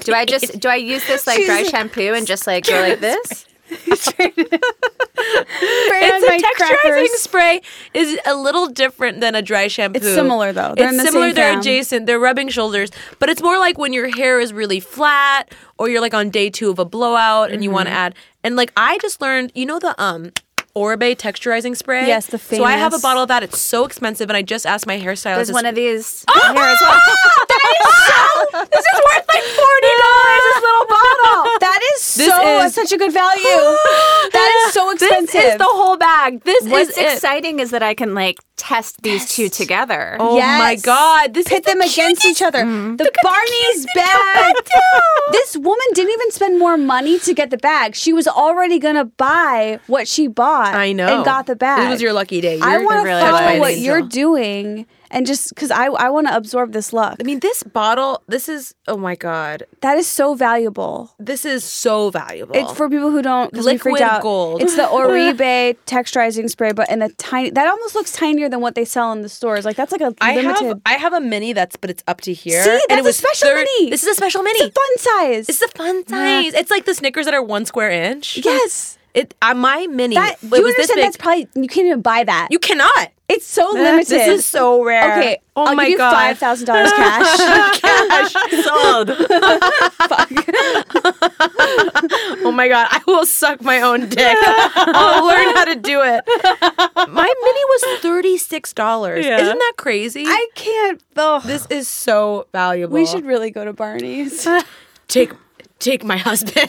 Do I just do I use this like dry shampoo and just like
[laughs]
go like this?
Spray on
It's
my
a texturizing
crackers.
spray is a little different than a dry shampoo.
It's similar, though. They're
it's
in the
similar.
same
they're
fam.
adjacent. They're rubbing shoulders, but it's more like when your hair is really flat, or you're like on day two of a blowout, and you want
Mm-hmm.
to add. And like I just learned, you know the um. Orbe texturizing spray.
Yes, the
So I have a
famous-
bottle of that. It's so expensive, and I just asked my hairstylist.
There's
to
one
sp- [laughs]
of these here as well.
this is worth like forty dollars. this little
[laughs]
bottle.
That is
This
so uh,
is-
such a good
[gasps]
value. that is so expensive.
This is the whole bag. This
What's
is it.
exciting is that I can like test these two together.
Oh my
Yes.
god! This
pit
is the Mm-hmm.
them against each other. The Barney's
[laughs]
bag. this woman didn't even spend more money to get the bag. She was already gonna buy what she bought.
I know.
And got the bag.
It was your lucky day.
I
You're
want to
really
follow
lucky.
what you're doing and just because I I want to absorb this luck.
I mean, this bottle, this is, oh my God,
that is so valuable.
this is so valuable.
It's for people who don't 'cause we freaked
Liquid
out.
gold. [laughs]
It's the Oribe texturizing spray, but in a tiny. That almost looks tinier than what they sell in the stores. Like that's like a
I
limited.
have I have a mini that's but it's up to here.
See,
and
that's
it
a
was
special
thir-
mini.
This is a special mini.
it's a fun size.
It's a fun size. It's like the Snickers that are one square inch.
yes.
It uh, my mini.
That
it
do you
was this
understand?
big.
That's probably you can't even buy that.
you cannot. Uh,
it's so
[laughs]
limited.
This is so rare.
Okay.
Oh
I'll
my
give you
god. [laughs]
Five thousand dollars cash.
Cash
[laughs]
sold. [laughs] oh my god, I will suck my own
[laughs]
dick. I'll learn how to do it. [laughs] My mini was thirty six dollars.
Yeah.
Isn't that crazy?
I can't. Oh,
this is so valuable.
we should really go to Barney's.
take take my [laughs] husband.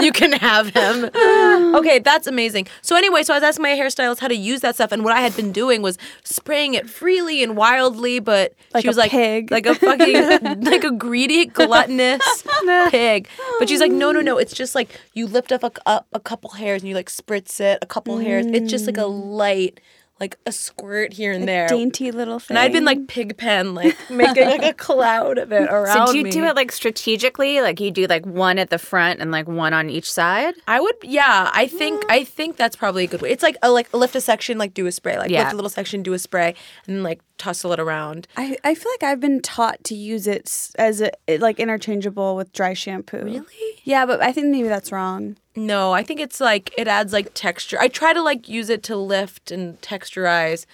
you can have him. [sighs] Okay, that's amazing. So anyway, so I was asking my hairstylist how to use that stuff, and what I had been doing was spraying it freely and wildly, but
Like
she was
a
like
pig.
like a
[laughs]
fucking like a greedy gluttonous pig. But she's like, no, no, no. It's just like you lift up a, up a couple hairs and you like spritz it a couple hairs. It's just like a light. Like a squirt here and there,
Mm. Dainty little thing.
and I'd been like pig pen, like making like
[laughs]
a cloud of it around.
So do you do
me.
it like strategically? Like you do like one at the front and like one on each side?
I would, yeah. I think I think that's probably a good way. It's like a like lift a section, like do a spray, like
Yeah.
lift a little section, do a spray, and then, like tussle it around.
I, I feel like I've been taught to use it s- as a, it, like interchangeable with dry shampoo. Really? Yeah, but I think maybe that's wrong.
No, I think it's like it adds like texture. I try to like use it to lift and texturize.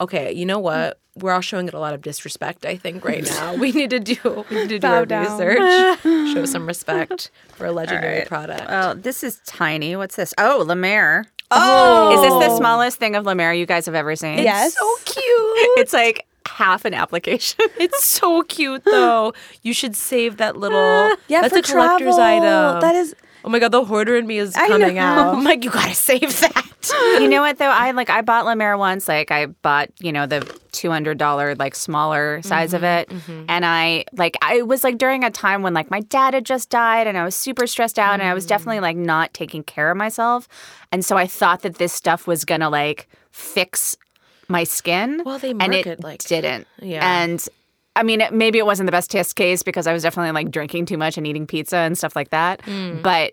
Okay, you know what? We're all showing it a lot of disrespect. I think right now we need to do [laughs] we need to do
Bow
our
down.
research, show some respect for a legendary product.
Oh, this is tiny. What's this? Oh, La Mer. Oh. Is this the smallest thing of La Mer you guys have ever seen?
yes.
so cute.
It's like half an application.
It's so cute though. You should save that little.
Ah, Yeah,
that's
for
a collector's
travel.
item.
That is-
Oh my god, the hoarder in me is
I
coming
know.
out. [laughs] I'm like, you gotta save that.
you know what though? I like I bought La Mer once. Like I bought, you know, the two hundred dollar like smaller size of it.
Mm-hmm,
And I like I it was like during a time when like my dad had just died and I was super stressed out and I was definitely
Mm.
like not taking care of myself. And so I thought that this stuff was gonna like fix my skin.
Well, they
and
market,
it
like-
didn't.
Yeah.
And I mean, it, maybe it wasn't the best test case because I was definitely like drinking too much and eating pizza and stuff like that.
Mm.
But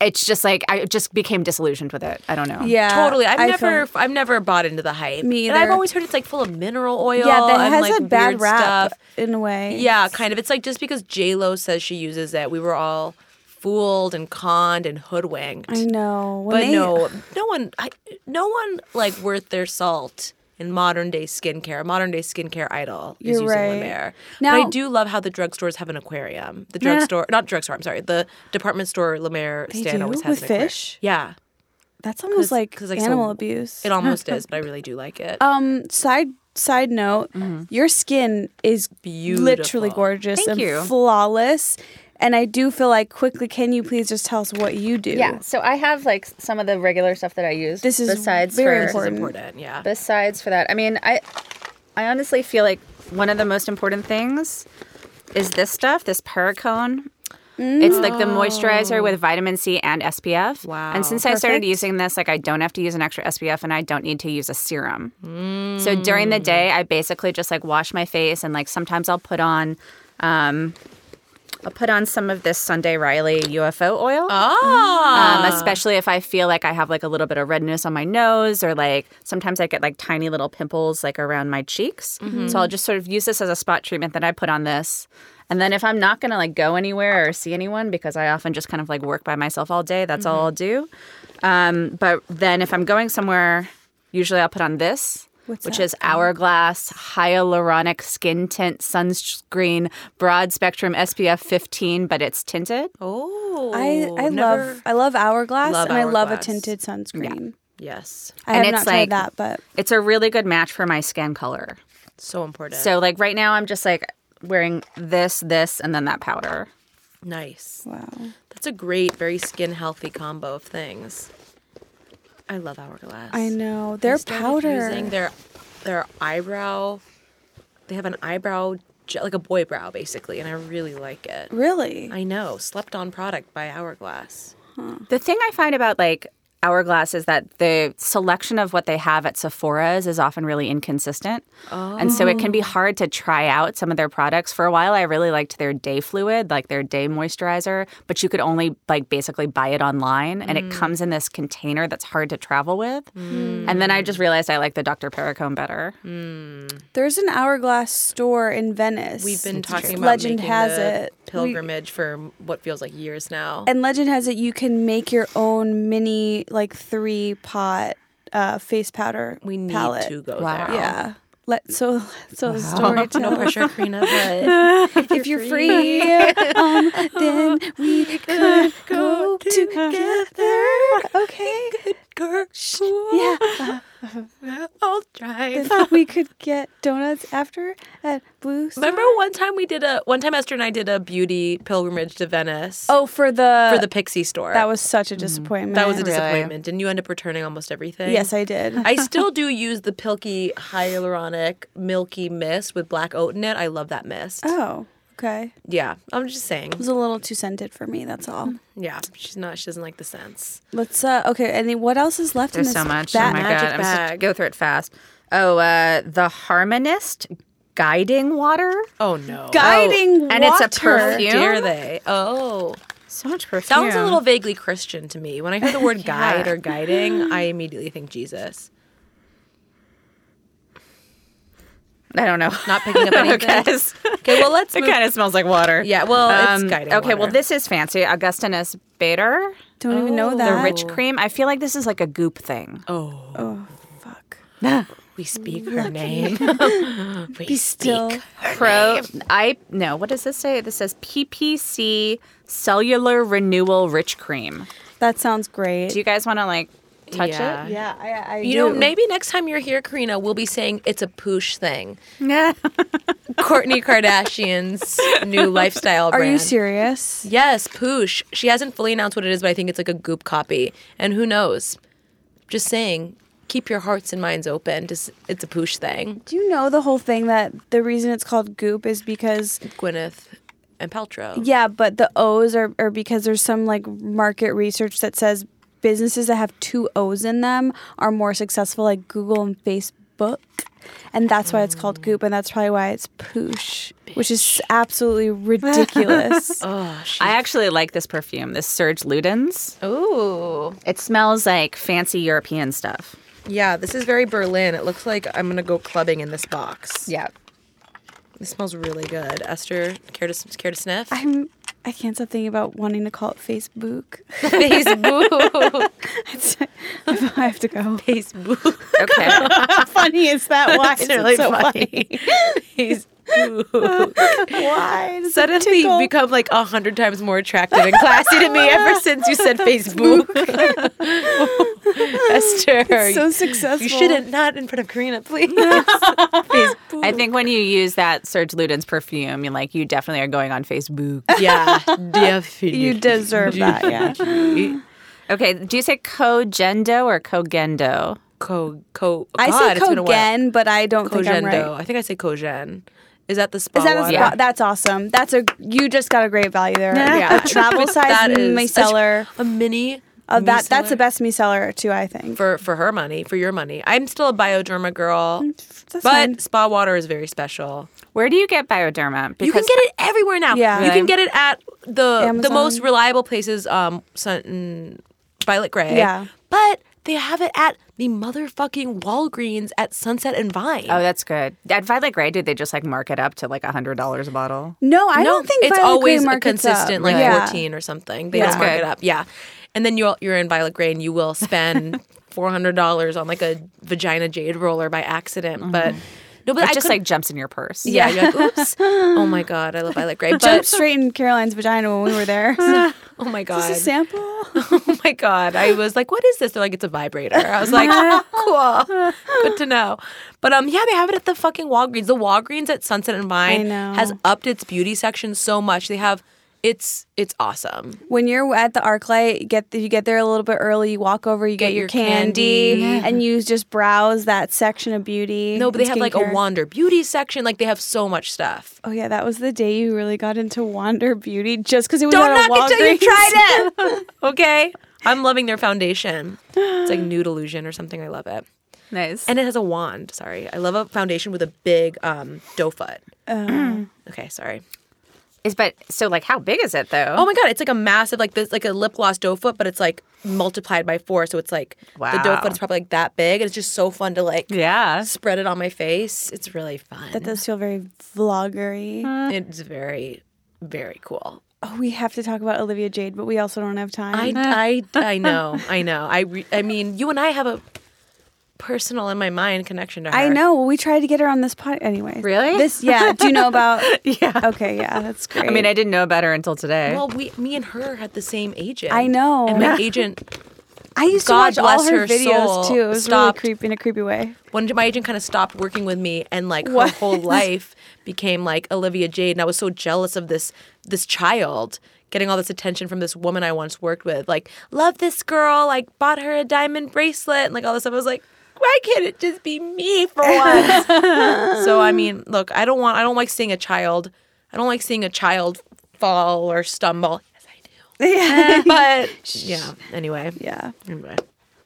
it's just like I just became disillusioned with it. I don't know.
[laughs] Yeah.
Oh, totally. I've
I
never,
feel-
I've never bought into the hype.
Me
And I've
either.
always heard it's like full of mineral oil.
yeah, that
and,
has
like,
a bad
weird
rap
Stuff.
in a way.
Yeah, kind of. It's like just because J Lo says she uses it, we were all fooled and conned and hoodwinked.
I know. When
But
they-
no, no one, I, no one like worth their salt in modern day skincare. Modern day skincare idol is
You're
using
right.
Lumiere. but I
Now-
do love how the drugstores have an aquarium. The drugstore, not drugstore. I'm sorry. The department store Lumiere stand
do?
always has
With
an aquarium.
fish?
Yeah,
that's almost like,
'cause, like, so-
animal abuse.
it almost is, but I really do like it.
um, side side note, your skin is literally
Mm-hmm. Beautiful.
gorgeous
Thank
and
you.
flawless. And I do feel like quickly, can you please just tell us what you do?
Yeah. So I have like some of the regular stuff that I use.
This is
besides
very
for,
important.
Important, yeah.
Besides for that, I mean, I,
I honestly feel like one of the most important things is this stuff, this Paracone. It's like the moisturizer with vitamin C and SPF.
Wow.
And since I started
Mm. Perfect.
using this, like I don't have to use an extra SPF and I don't need to use a serum. So during
Mm.
the day, I basically just like wash my face and like sometimes I'll put on um I'll put on some of this Sunday Riley UFO oil.
Ah,
Um, especially if I feel like I have like a little bit of redness on my nose, or like sometimes I get like tiny little pimples like around my cheeks. So I'll just sort of use this as a spot treatment that I put on this. And then if I'm not gonna like go anywhere or see anyone because I often just kind of like work by myself all day, that's all I'll do. Um, but then if I'm going somewhere, usually I'll put on this. which is Hourglass Hyaluronic Skin Tint Sunscreen Broad Spectrum SPF 15, but it's tinted.
oh,
Mm-hmm. I, I
never-
love I love hourglass
Love
and I love a
Hourglass.
tinted sunscreen.
Yes,
I
And
have
it's
not tried
like-
that, but
It's a really good match for my skin color.
so important.
So like right now I'm just like wearing this, this, and then that powder.
nice.
wow.
That's a great, very skin healthy combo of things. I love hourglass.
I know. Their
started
powder.
using their their eyebrow they have an eyebrow gel, like a boy brow basically and i really like it
really?
i know slept on product by hourglass
The thing I find about like Hourglass is that the selection of what they have at Sephora's is often really inconsistent. And so it can be hard to try out some of their products. For a while I really liked their day fluid, like their day moisturizer, but you could only like basically buy it online and it comes in this container that's hard to travel with. And then I just realized I like the Dr. Pericone better.
There's an hourglass store in Venice.
We've been talking about
Legend
making
has
the
it. We-
pilgrimage for what feels like years now.
and legend has it you can make your own mini like three pot uh, face powder.
we need
palette.
to go
Wow.
there.
Yeah. Let so so the [laughs] story to
No pressure, Karina, but
if you're free, [laughs] um, then we could go together. Okay.
girl,
Yeah.
I'll drive.
If we could get donuts after at Blue. Star.
Remember one time we did a one time Esther and I did a beauty pilgrimage to Venice
Oh, for the
for the Pixie store.
that was such a disappointment.
that was a
Really?
disappointment. Didn't you end up returning almost everything?
yes, I did.
I still do use the Pilkey hyaluronic milky mist with black oat in it. I love that mist.
[laughs] oh, okay. It
Yeah, I'm just saying.
was a little too scented for me. That's all.
Yeah, she's not. She doesn't like the scents.
Let's uh okay. And what else is left
There's
in
so
this?
much.
Bat-
oh my
magic
god, I'm supposed to
bag.
go through it fast. Oh, uh, the Harmonist guiding water.
Oh no.
guiding
and it's a
water.
perfume?
Dare they? Oh,
So much perfume.
sounds a little vaguely Christian to me. When I hear the word guide or guiding, I immediately think Jesus.
I don't know. [laughs]
Not picking up anything.
Guys.
Okay, well let's
It
move.
kind of smells like water.
Yeah, well, Oh, it's
Um,
guiding.
Okay, well,
water.
this is fancy. Augustinus Bader,
Don't even know
Oh.
that.
the rich cream. I feel like this is like a goop thing.
Oh,
Fuck.
we speak her name. [laughs] we
Be
speak.
still.
Pro, I no. What does this say? This says PPC Cellular Renewal Rich Cream.
That sounds great.
Do you guys want to like touch
Yeah.
it?
yeah, I, I
You know, maybe next time you're here, Karina, we'll be saying it's a poosh thing.
[laughs] Yeah.
Courtney [laughs] Kardashian's new lifestyle
Are
brand.
you serious?
Yes, Poosh. She hasn't fully announced what it is, but I think it's like a goop copy. And who knows? Just saying, keep your hearts and minds open. Just it's a Poosh thing.
Do you know the whole thing that the reason it's called goop is because
Gwyneth and Paltrow.
yeah, but the O's are, are because there's some like market research that says businesses that have two O's in them are more successful, like Google and Facebook. And that's why it's called goop, and that's probably why it's poosh, which is absolutely
[laughs]
ridiculous.
Oh, she.
I actually like this perfume. This Serge Luden's.
Ooh.
It smells like fancy European stuff.
Yeah, this is very Berlin. It looks like I'm gonna go clubbing in this box.
Yeah.
This smells really good. Esther, care to care to sniff?
I'm I can't stop thinking about wanting to call it Facebook.
[laughs]
[laughs]
Facebook.
I have to
[laughs]
go.
Facebook.
Okay.
How funny is that? Why is it so funny? [laughs] Why does it
Suddenly you
tickle?
become like a hundred times more attractive and [laughs] classy to me ever since you said Facebook. Esther,
so
you-
successful?
you shouldn't not in front of Karina, please. Facebook.
I think when you use that Serge Luden's perfume, you like you definitely are going on Facebook.
[laughs]
Yeah, definitely.
You deserve that. Yeah.
Okay, do you say cogendo or cogendo?
Co co.
I
God,
say
it's been a while.
Kogen, but I don't think I'm
Cogendo.
right.
I think I say cogen. Is that the spa
Is that a
water?
spot? That's awesome. That's a you just got a great value there.
Yeah.
A travel
[laughs]
size
That is
micellar.
A, mini.
Uh, that that's the
micellar.
best micellar too. I think.
for for her money, for your money. I'm still a Bioderma girl, but
That's Mm, fine.
spa water is very special.
Where do you get Bioderma?
You can get it everywhere now.
Yeah.
you
Really?
can get it at the the
Amazon.
most reliable places. Um, Sun, mm, Violet Gray.
Yeah.
but they have it at the motherfucking Walgreens at Sunset and Vine.
Oh, that's good. At Violet Grey, do they just like mark it up to like hundred dollars a bottle?
no, I
No,
don't think
it's
Violet Grey
always a
markets up.
consistent, like
Yeah.
fourteen or something. They
Yeah.
don't mark
That's
it
good.
up. Yeah, and then you're you're in Violet Gray, and you will
[laughs]
spend four hundred dollars on like a vagina jade roller by accident,
Mm-hmm.
but. No, but
It
I
just
couldn't-
like jumps in your purse.
Yeah, you're like, oops. oh my god, I love Violet
[laughs]
Grey.
Jumped
But
straight in Caroline's vagina when we were
[laughs]
there. Is
oh my god,
this a sample?
oh my god, I was like, what is this? They're like, it's a vibrator. I was
[laughs]
like, [laughs] cool, good to know. But um, yeah, they have it at the fucking Walgreens. The Walgreens at Sunset and Vine
know.
has upped its beauty section so much. They have. It's it's awesome.
when you're at the arc light you get you get there a little bit early you walk over you get, your,
your
candy,
candy.
and you just browse that section of beauty
No, but they
and
have like a
skincare.
Wander Beauty section. Like they have so much stuff.
Oh yeah, that was the day you really got into Wander Beauty just because it was
Don't
at a
knock it till you
[laughs] Walgreens.
tried it. Okay, I'm loving their foundation. It's
[gasps]
like Nude Illusion or something. I love it.
Nice.
And it has a wand. Sorry. I love a foundation with a big um, doe foot.
Oh.
[clears throat] okay, sorry.
is but so like how big is it though?
Oh my god, it's like a massive like this like a lip gloss doe foot, but it's like multiplied by four. So it's like the doe
Wow.
foot is probably like that big. And it's just so fun to like [laughs]
yeah.
spread it on my face. It's really fun.
That does feel very vloggery.
it's very, very cool.
Oh, we have to talk about Olivia Jade, but we also don't have time.
I, I,
[laughs]
I know, I know. I, re- I mean, you and I have a personal in my mind connection to her.
I know. Well, we tried to get her on this pod anyway.
Really?
This yeah. Do you know about
Yeah.
Okay, yeah, that's great.
I mean, I didn't know about her until today.
Well, we, me and her had the same agent.
I know.
And my agent,
I used
God
to watch all
bless
her,
her
videos
soul,
too. It was
stopped.
really creepy in a creepy way.
one, my agent kind of stopped working with me, and like
What?
her whole life became like Olivia Jade, and I was so jealous of this, this child getting all this attention from this woman I once worked with. Like, love this girl. Like, bought her a diamond bracelet, and like all this stuff. I was like. Why can't it just be me for once?
[laughs]
So I mean, look, I don't want I don't like seeing a child. I don't like seeing a child fall or stumble. Yes, I
[laughs] yeah.
do. But
[laughs]
yeah, anyway.
Yeah.
Anyway.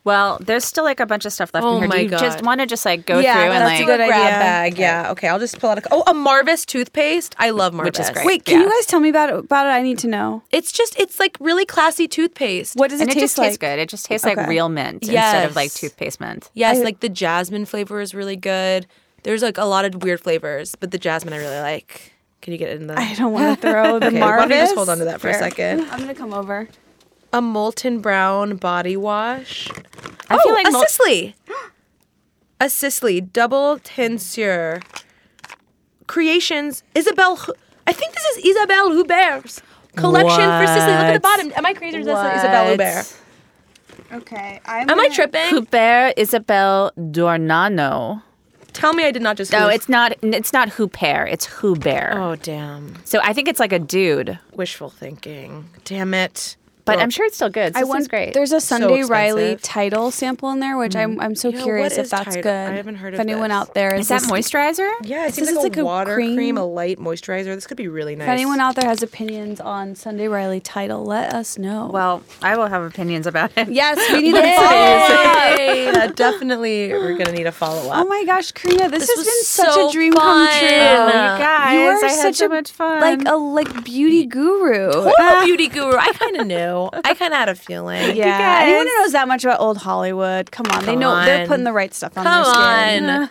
Well, there's still like a bunch of stuff left
Oh
in here.
my
Do you just
God.
want to just like go
Yeah,
through and
that's
like
a good
grab
idea.
bag. Yeah. Okay, I'll just pull out a Oh, a Marvis toothpaste. I love Marvis.
Which is great.
Wait, can
Yeah.
you guys tell me about it, about it? I need to know.
It's just it's like really classy toothpaste.
What does it
and it,
taste
just
like?
tastes good. It just tastes
Okay.
like real mint instead
Yes.
of like toothpaste mint.
Yes, like the jasmine flavor is really good. There's like a lot of weird flavors, but the jasmine I really like. Can you get it in the
I don't want to throw the
Okay, why
Marvis.
don't you just hold on to that for a
Fair.
second?
I'm gonna come over.
A molten brown body wash.
I
oh,
feel like
a
mul-
Sisley. [gasps] a Sisley double tinsure. Creations Isabel. Hu- I think this is Isabel Hubert's collection for Sisley. Look at the
What?
bottom. Am I crazy or is that Isabel Hubert?
Okay. I'm
Am I tripping?
Hubert Isabel Dornano.
Tell me I did not just.
No,
hoof.
Oh, it's not. It's not Hubert. It's Hubert.
Oh damn!
So I think it's like a dude,
Wishful thinking. Damn it.
but
Well,
I'm sure it's still good.
I
This
won-
is great.
There's a Sunday
expensive.
Riley title sample in there, which I'm I'm so
Yeah, what
curious if
is
that's
Tidal?
good.
I haven't heard
if
of
anyone
this.
out there
is that moisturizer?
Yeah, it
This
seems
is
like,
like
a,
a
water cream.
cream.
a light moisturizer. This could be really nice.
If anyone out there has opinions on Sunday Riley title, let us know.
Well, I will have opinions about it.
yes,
[laughs]
we need a follow.
Yay! Uh, definitely, we're gonna need a follow up.
[laughs] Oh my gosh, Karina, this,
This
has
was
been such
so
a dream
fun.
come true.
Oh, you
guys,
you are
I had
such
so
a,
much fun.
like a like beauty guru.
I'm a beauty guru. I kind of knew. I kind of had a feeling.
Yeah, anyone who
guys.
knows that much about old Hollywood, come on, they know they're
on.
putting the right stuff on
Come
their skin.
on.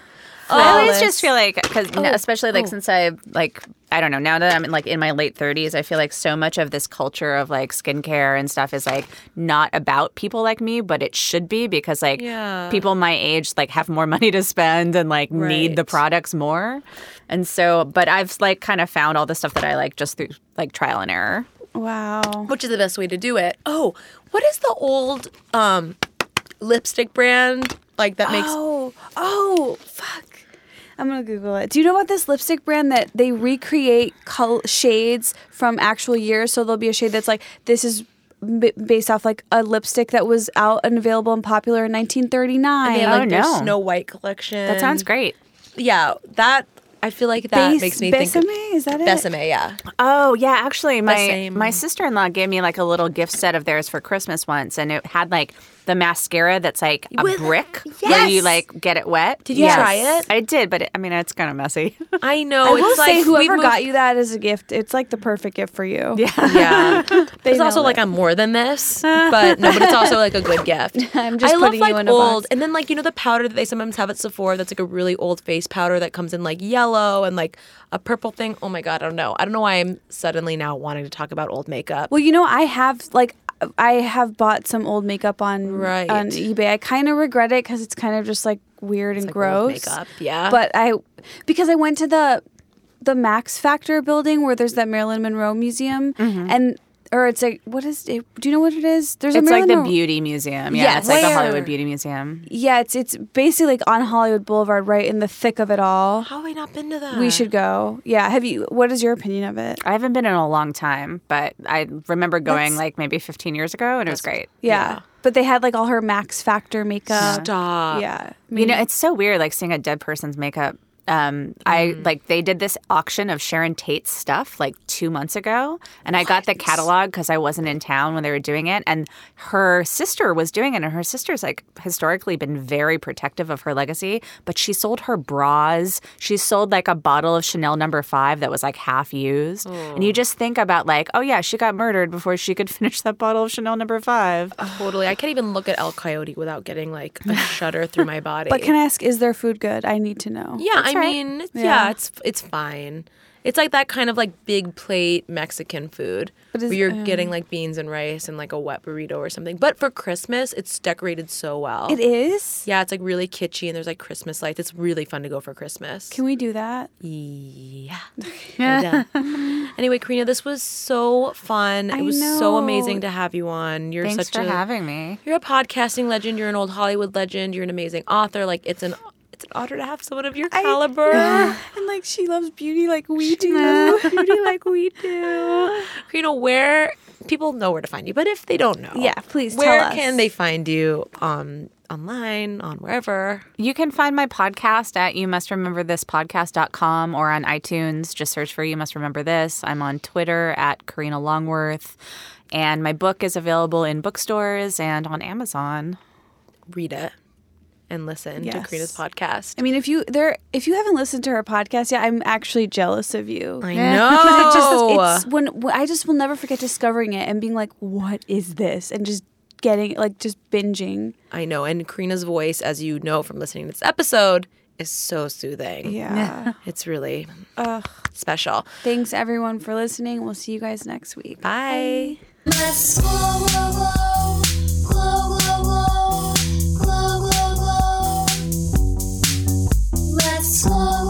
I always
Flawless. Oh,
just feel like, because especially like since I like, I don't know, now that I'm in, like in my late 30s, I feel like so much of this culture of like skincare and stuff is like not about people like me, but it should be because like
Yeah.
people my age like have more [laughs] money to spend and like need the
Right.
products more. And so, but I've like kind of found all the stuff that I like just through like trial and error.
Wow.
Which is the best way to do it. Oh, what is the old um lipstick brand like that makes
Oh, oh, fuck. I'm gonna Google it. Do you know about this lipstick brand that they recreate col- shades from actual years? So there'll be a shade that's like this is b- based off like a lipstick that was out and available and popular in 1939.
they have,
Oh,
like their
no.
Snow White collection?
That sounds great.
Yeah, that I feel like that
Base-
makes me think
Besame? Is that it?
Besame,
[laughs]
yeah.
Oh yeah, actually, my
same.
my sister in law gave me like a little gift set of theirs for Christmas once, and it had like the mascara that's like a
With-
brick where you
Yes!
like get it wet. Did
you try it?
I did, but it, I mean, it's kind
[laughs]
of messy. [laughs]
I know.
I will
it's
say
like
whoever
we
got you that as a gift, it's like the perfect gift for you. Yeah. [laughs]
Yeah. It's
know
also like I'm more than this, but no, but it's also like a good gift.
[laughs] I'm just
I love
putting
like
you in a box.
old, and then like you know the powder that they sometimes have at Sephora that's like a really old face powder that comes in like yellow and like a purple thing. Oh my god, I don't know. I don't know why I'm suddenly now wanting to talk about old makeup.
Well, you know, I have like I have bought some old makeup on
Right.
on eBay. I kind of regret it because it's kind of just like weird and
like old
gross.
makeup, yeah.
But I because I went to the the Max Factor building where there's that Marilyn Monroe museum
Mm-hmm.
and or it's like what is it? Do you know what it is? There's a
It's like
Marilyn
the
Monroe-
beauty museum. Yeah,
Yeah,
it's like the
where-
Hollywood Beauty Museum.
Yeah, it's it's basically like on Hollywood Boulevard, right in the thick of it all.
How have I not been to that?
We should go. Yeah. Have you? What is your opinion of it?
I haven't been in a long time, but I remember going like maybe 15 years ago, and it was great.
Yeah. But they had like all her Max Factor makeup.
stop.
uh, Yeah.
You know, it's so weird like seeing a dead person's makeup. Um, I
Mm-hmm.
like they did this auction of Sharon Tate's stuff like two months ago, and I got the catalog because I wasn't in town when they were doing it. And her sister was doing it, and her sister's like historically been very protective of her legacy. But she sold her bras. She sold like a bottle of Chanel Number Five that was like half used, and you just think about like, oh yeah, she got murdered before she could [laughs] finish that bottle of Chanel Number Five.
Oh,
Totally. I can't even look at El Coyote without getting like
[laughs]
a shudder through my body.
But can I ask, is their food good? I need to know.
Yeah, I mean, it's, yeah. it's it's fine. It's like that kind of like big plate Mexican food
But
where
is- um,
you're getting like beans and rice and like a wet burrito or something. But for Christmas, it's decorated so well.
It is?
Yeah, it's like really kitschy and there's like Christmas lights. It's really fun to go for Christmas.
Can we do that?
yeah.
[laughs]
And, uh, anyway, Karina, this was so fun.
I
it was so
know.
amazing to have you on. You're
Thanks
such
for
a
having me.
you're a podcasting legend. You're an old Hollywood legend. You're an amazing author. Like it's an it's an honor to have someone of your caliber.
Ah, and like she loves beauty like we do. [laughs]
beauty like we do. Karina, where people know where to find you, but if they don't know,
[laughs] Yeah, please
where
tell us.
can they find you? Um, online, on wherever.
You can find my podcast at you must remember this podcast.com or on iTunes. Just search for You Must Remember This. I'm on Twitter at Karina Longworth. And my book is available in bookstores and on Amazon.
Read it and listen to
Yes.
Karina's podcast.
I mean, if you there, if you haven't listened to her podcast yet, I'm actually jealous of you.
I
[laughs] Because it just-
know.
it's when when- I just will never forget discovering it and being like, "What is this?" and just getting like just binging.
I know. And Karina's voice, as you know from listening to this episode, is so soothing.
Yeah.
It's really special.
Thanks everyone for listening. We'll see you guys next week.
Bye.
Let's glow, glow, glow, glow, glow, glow, glow, glow, glow. Let's glow,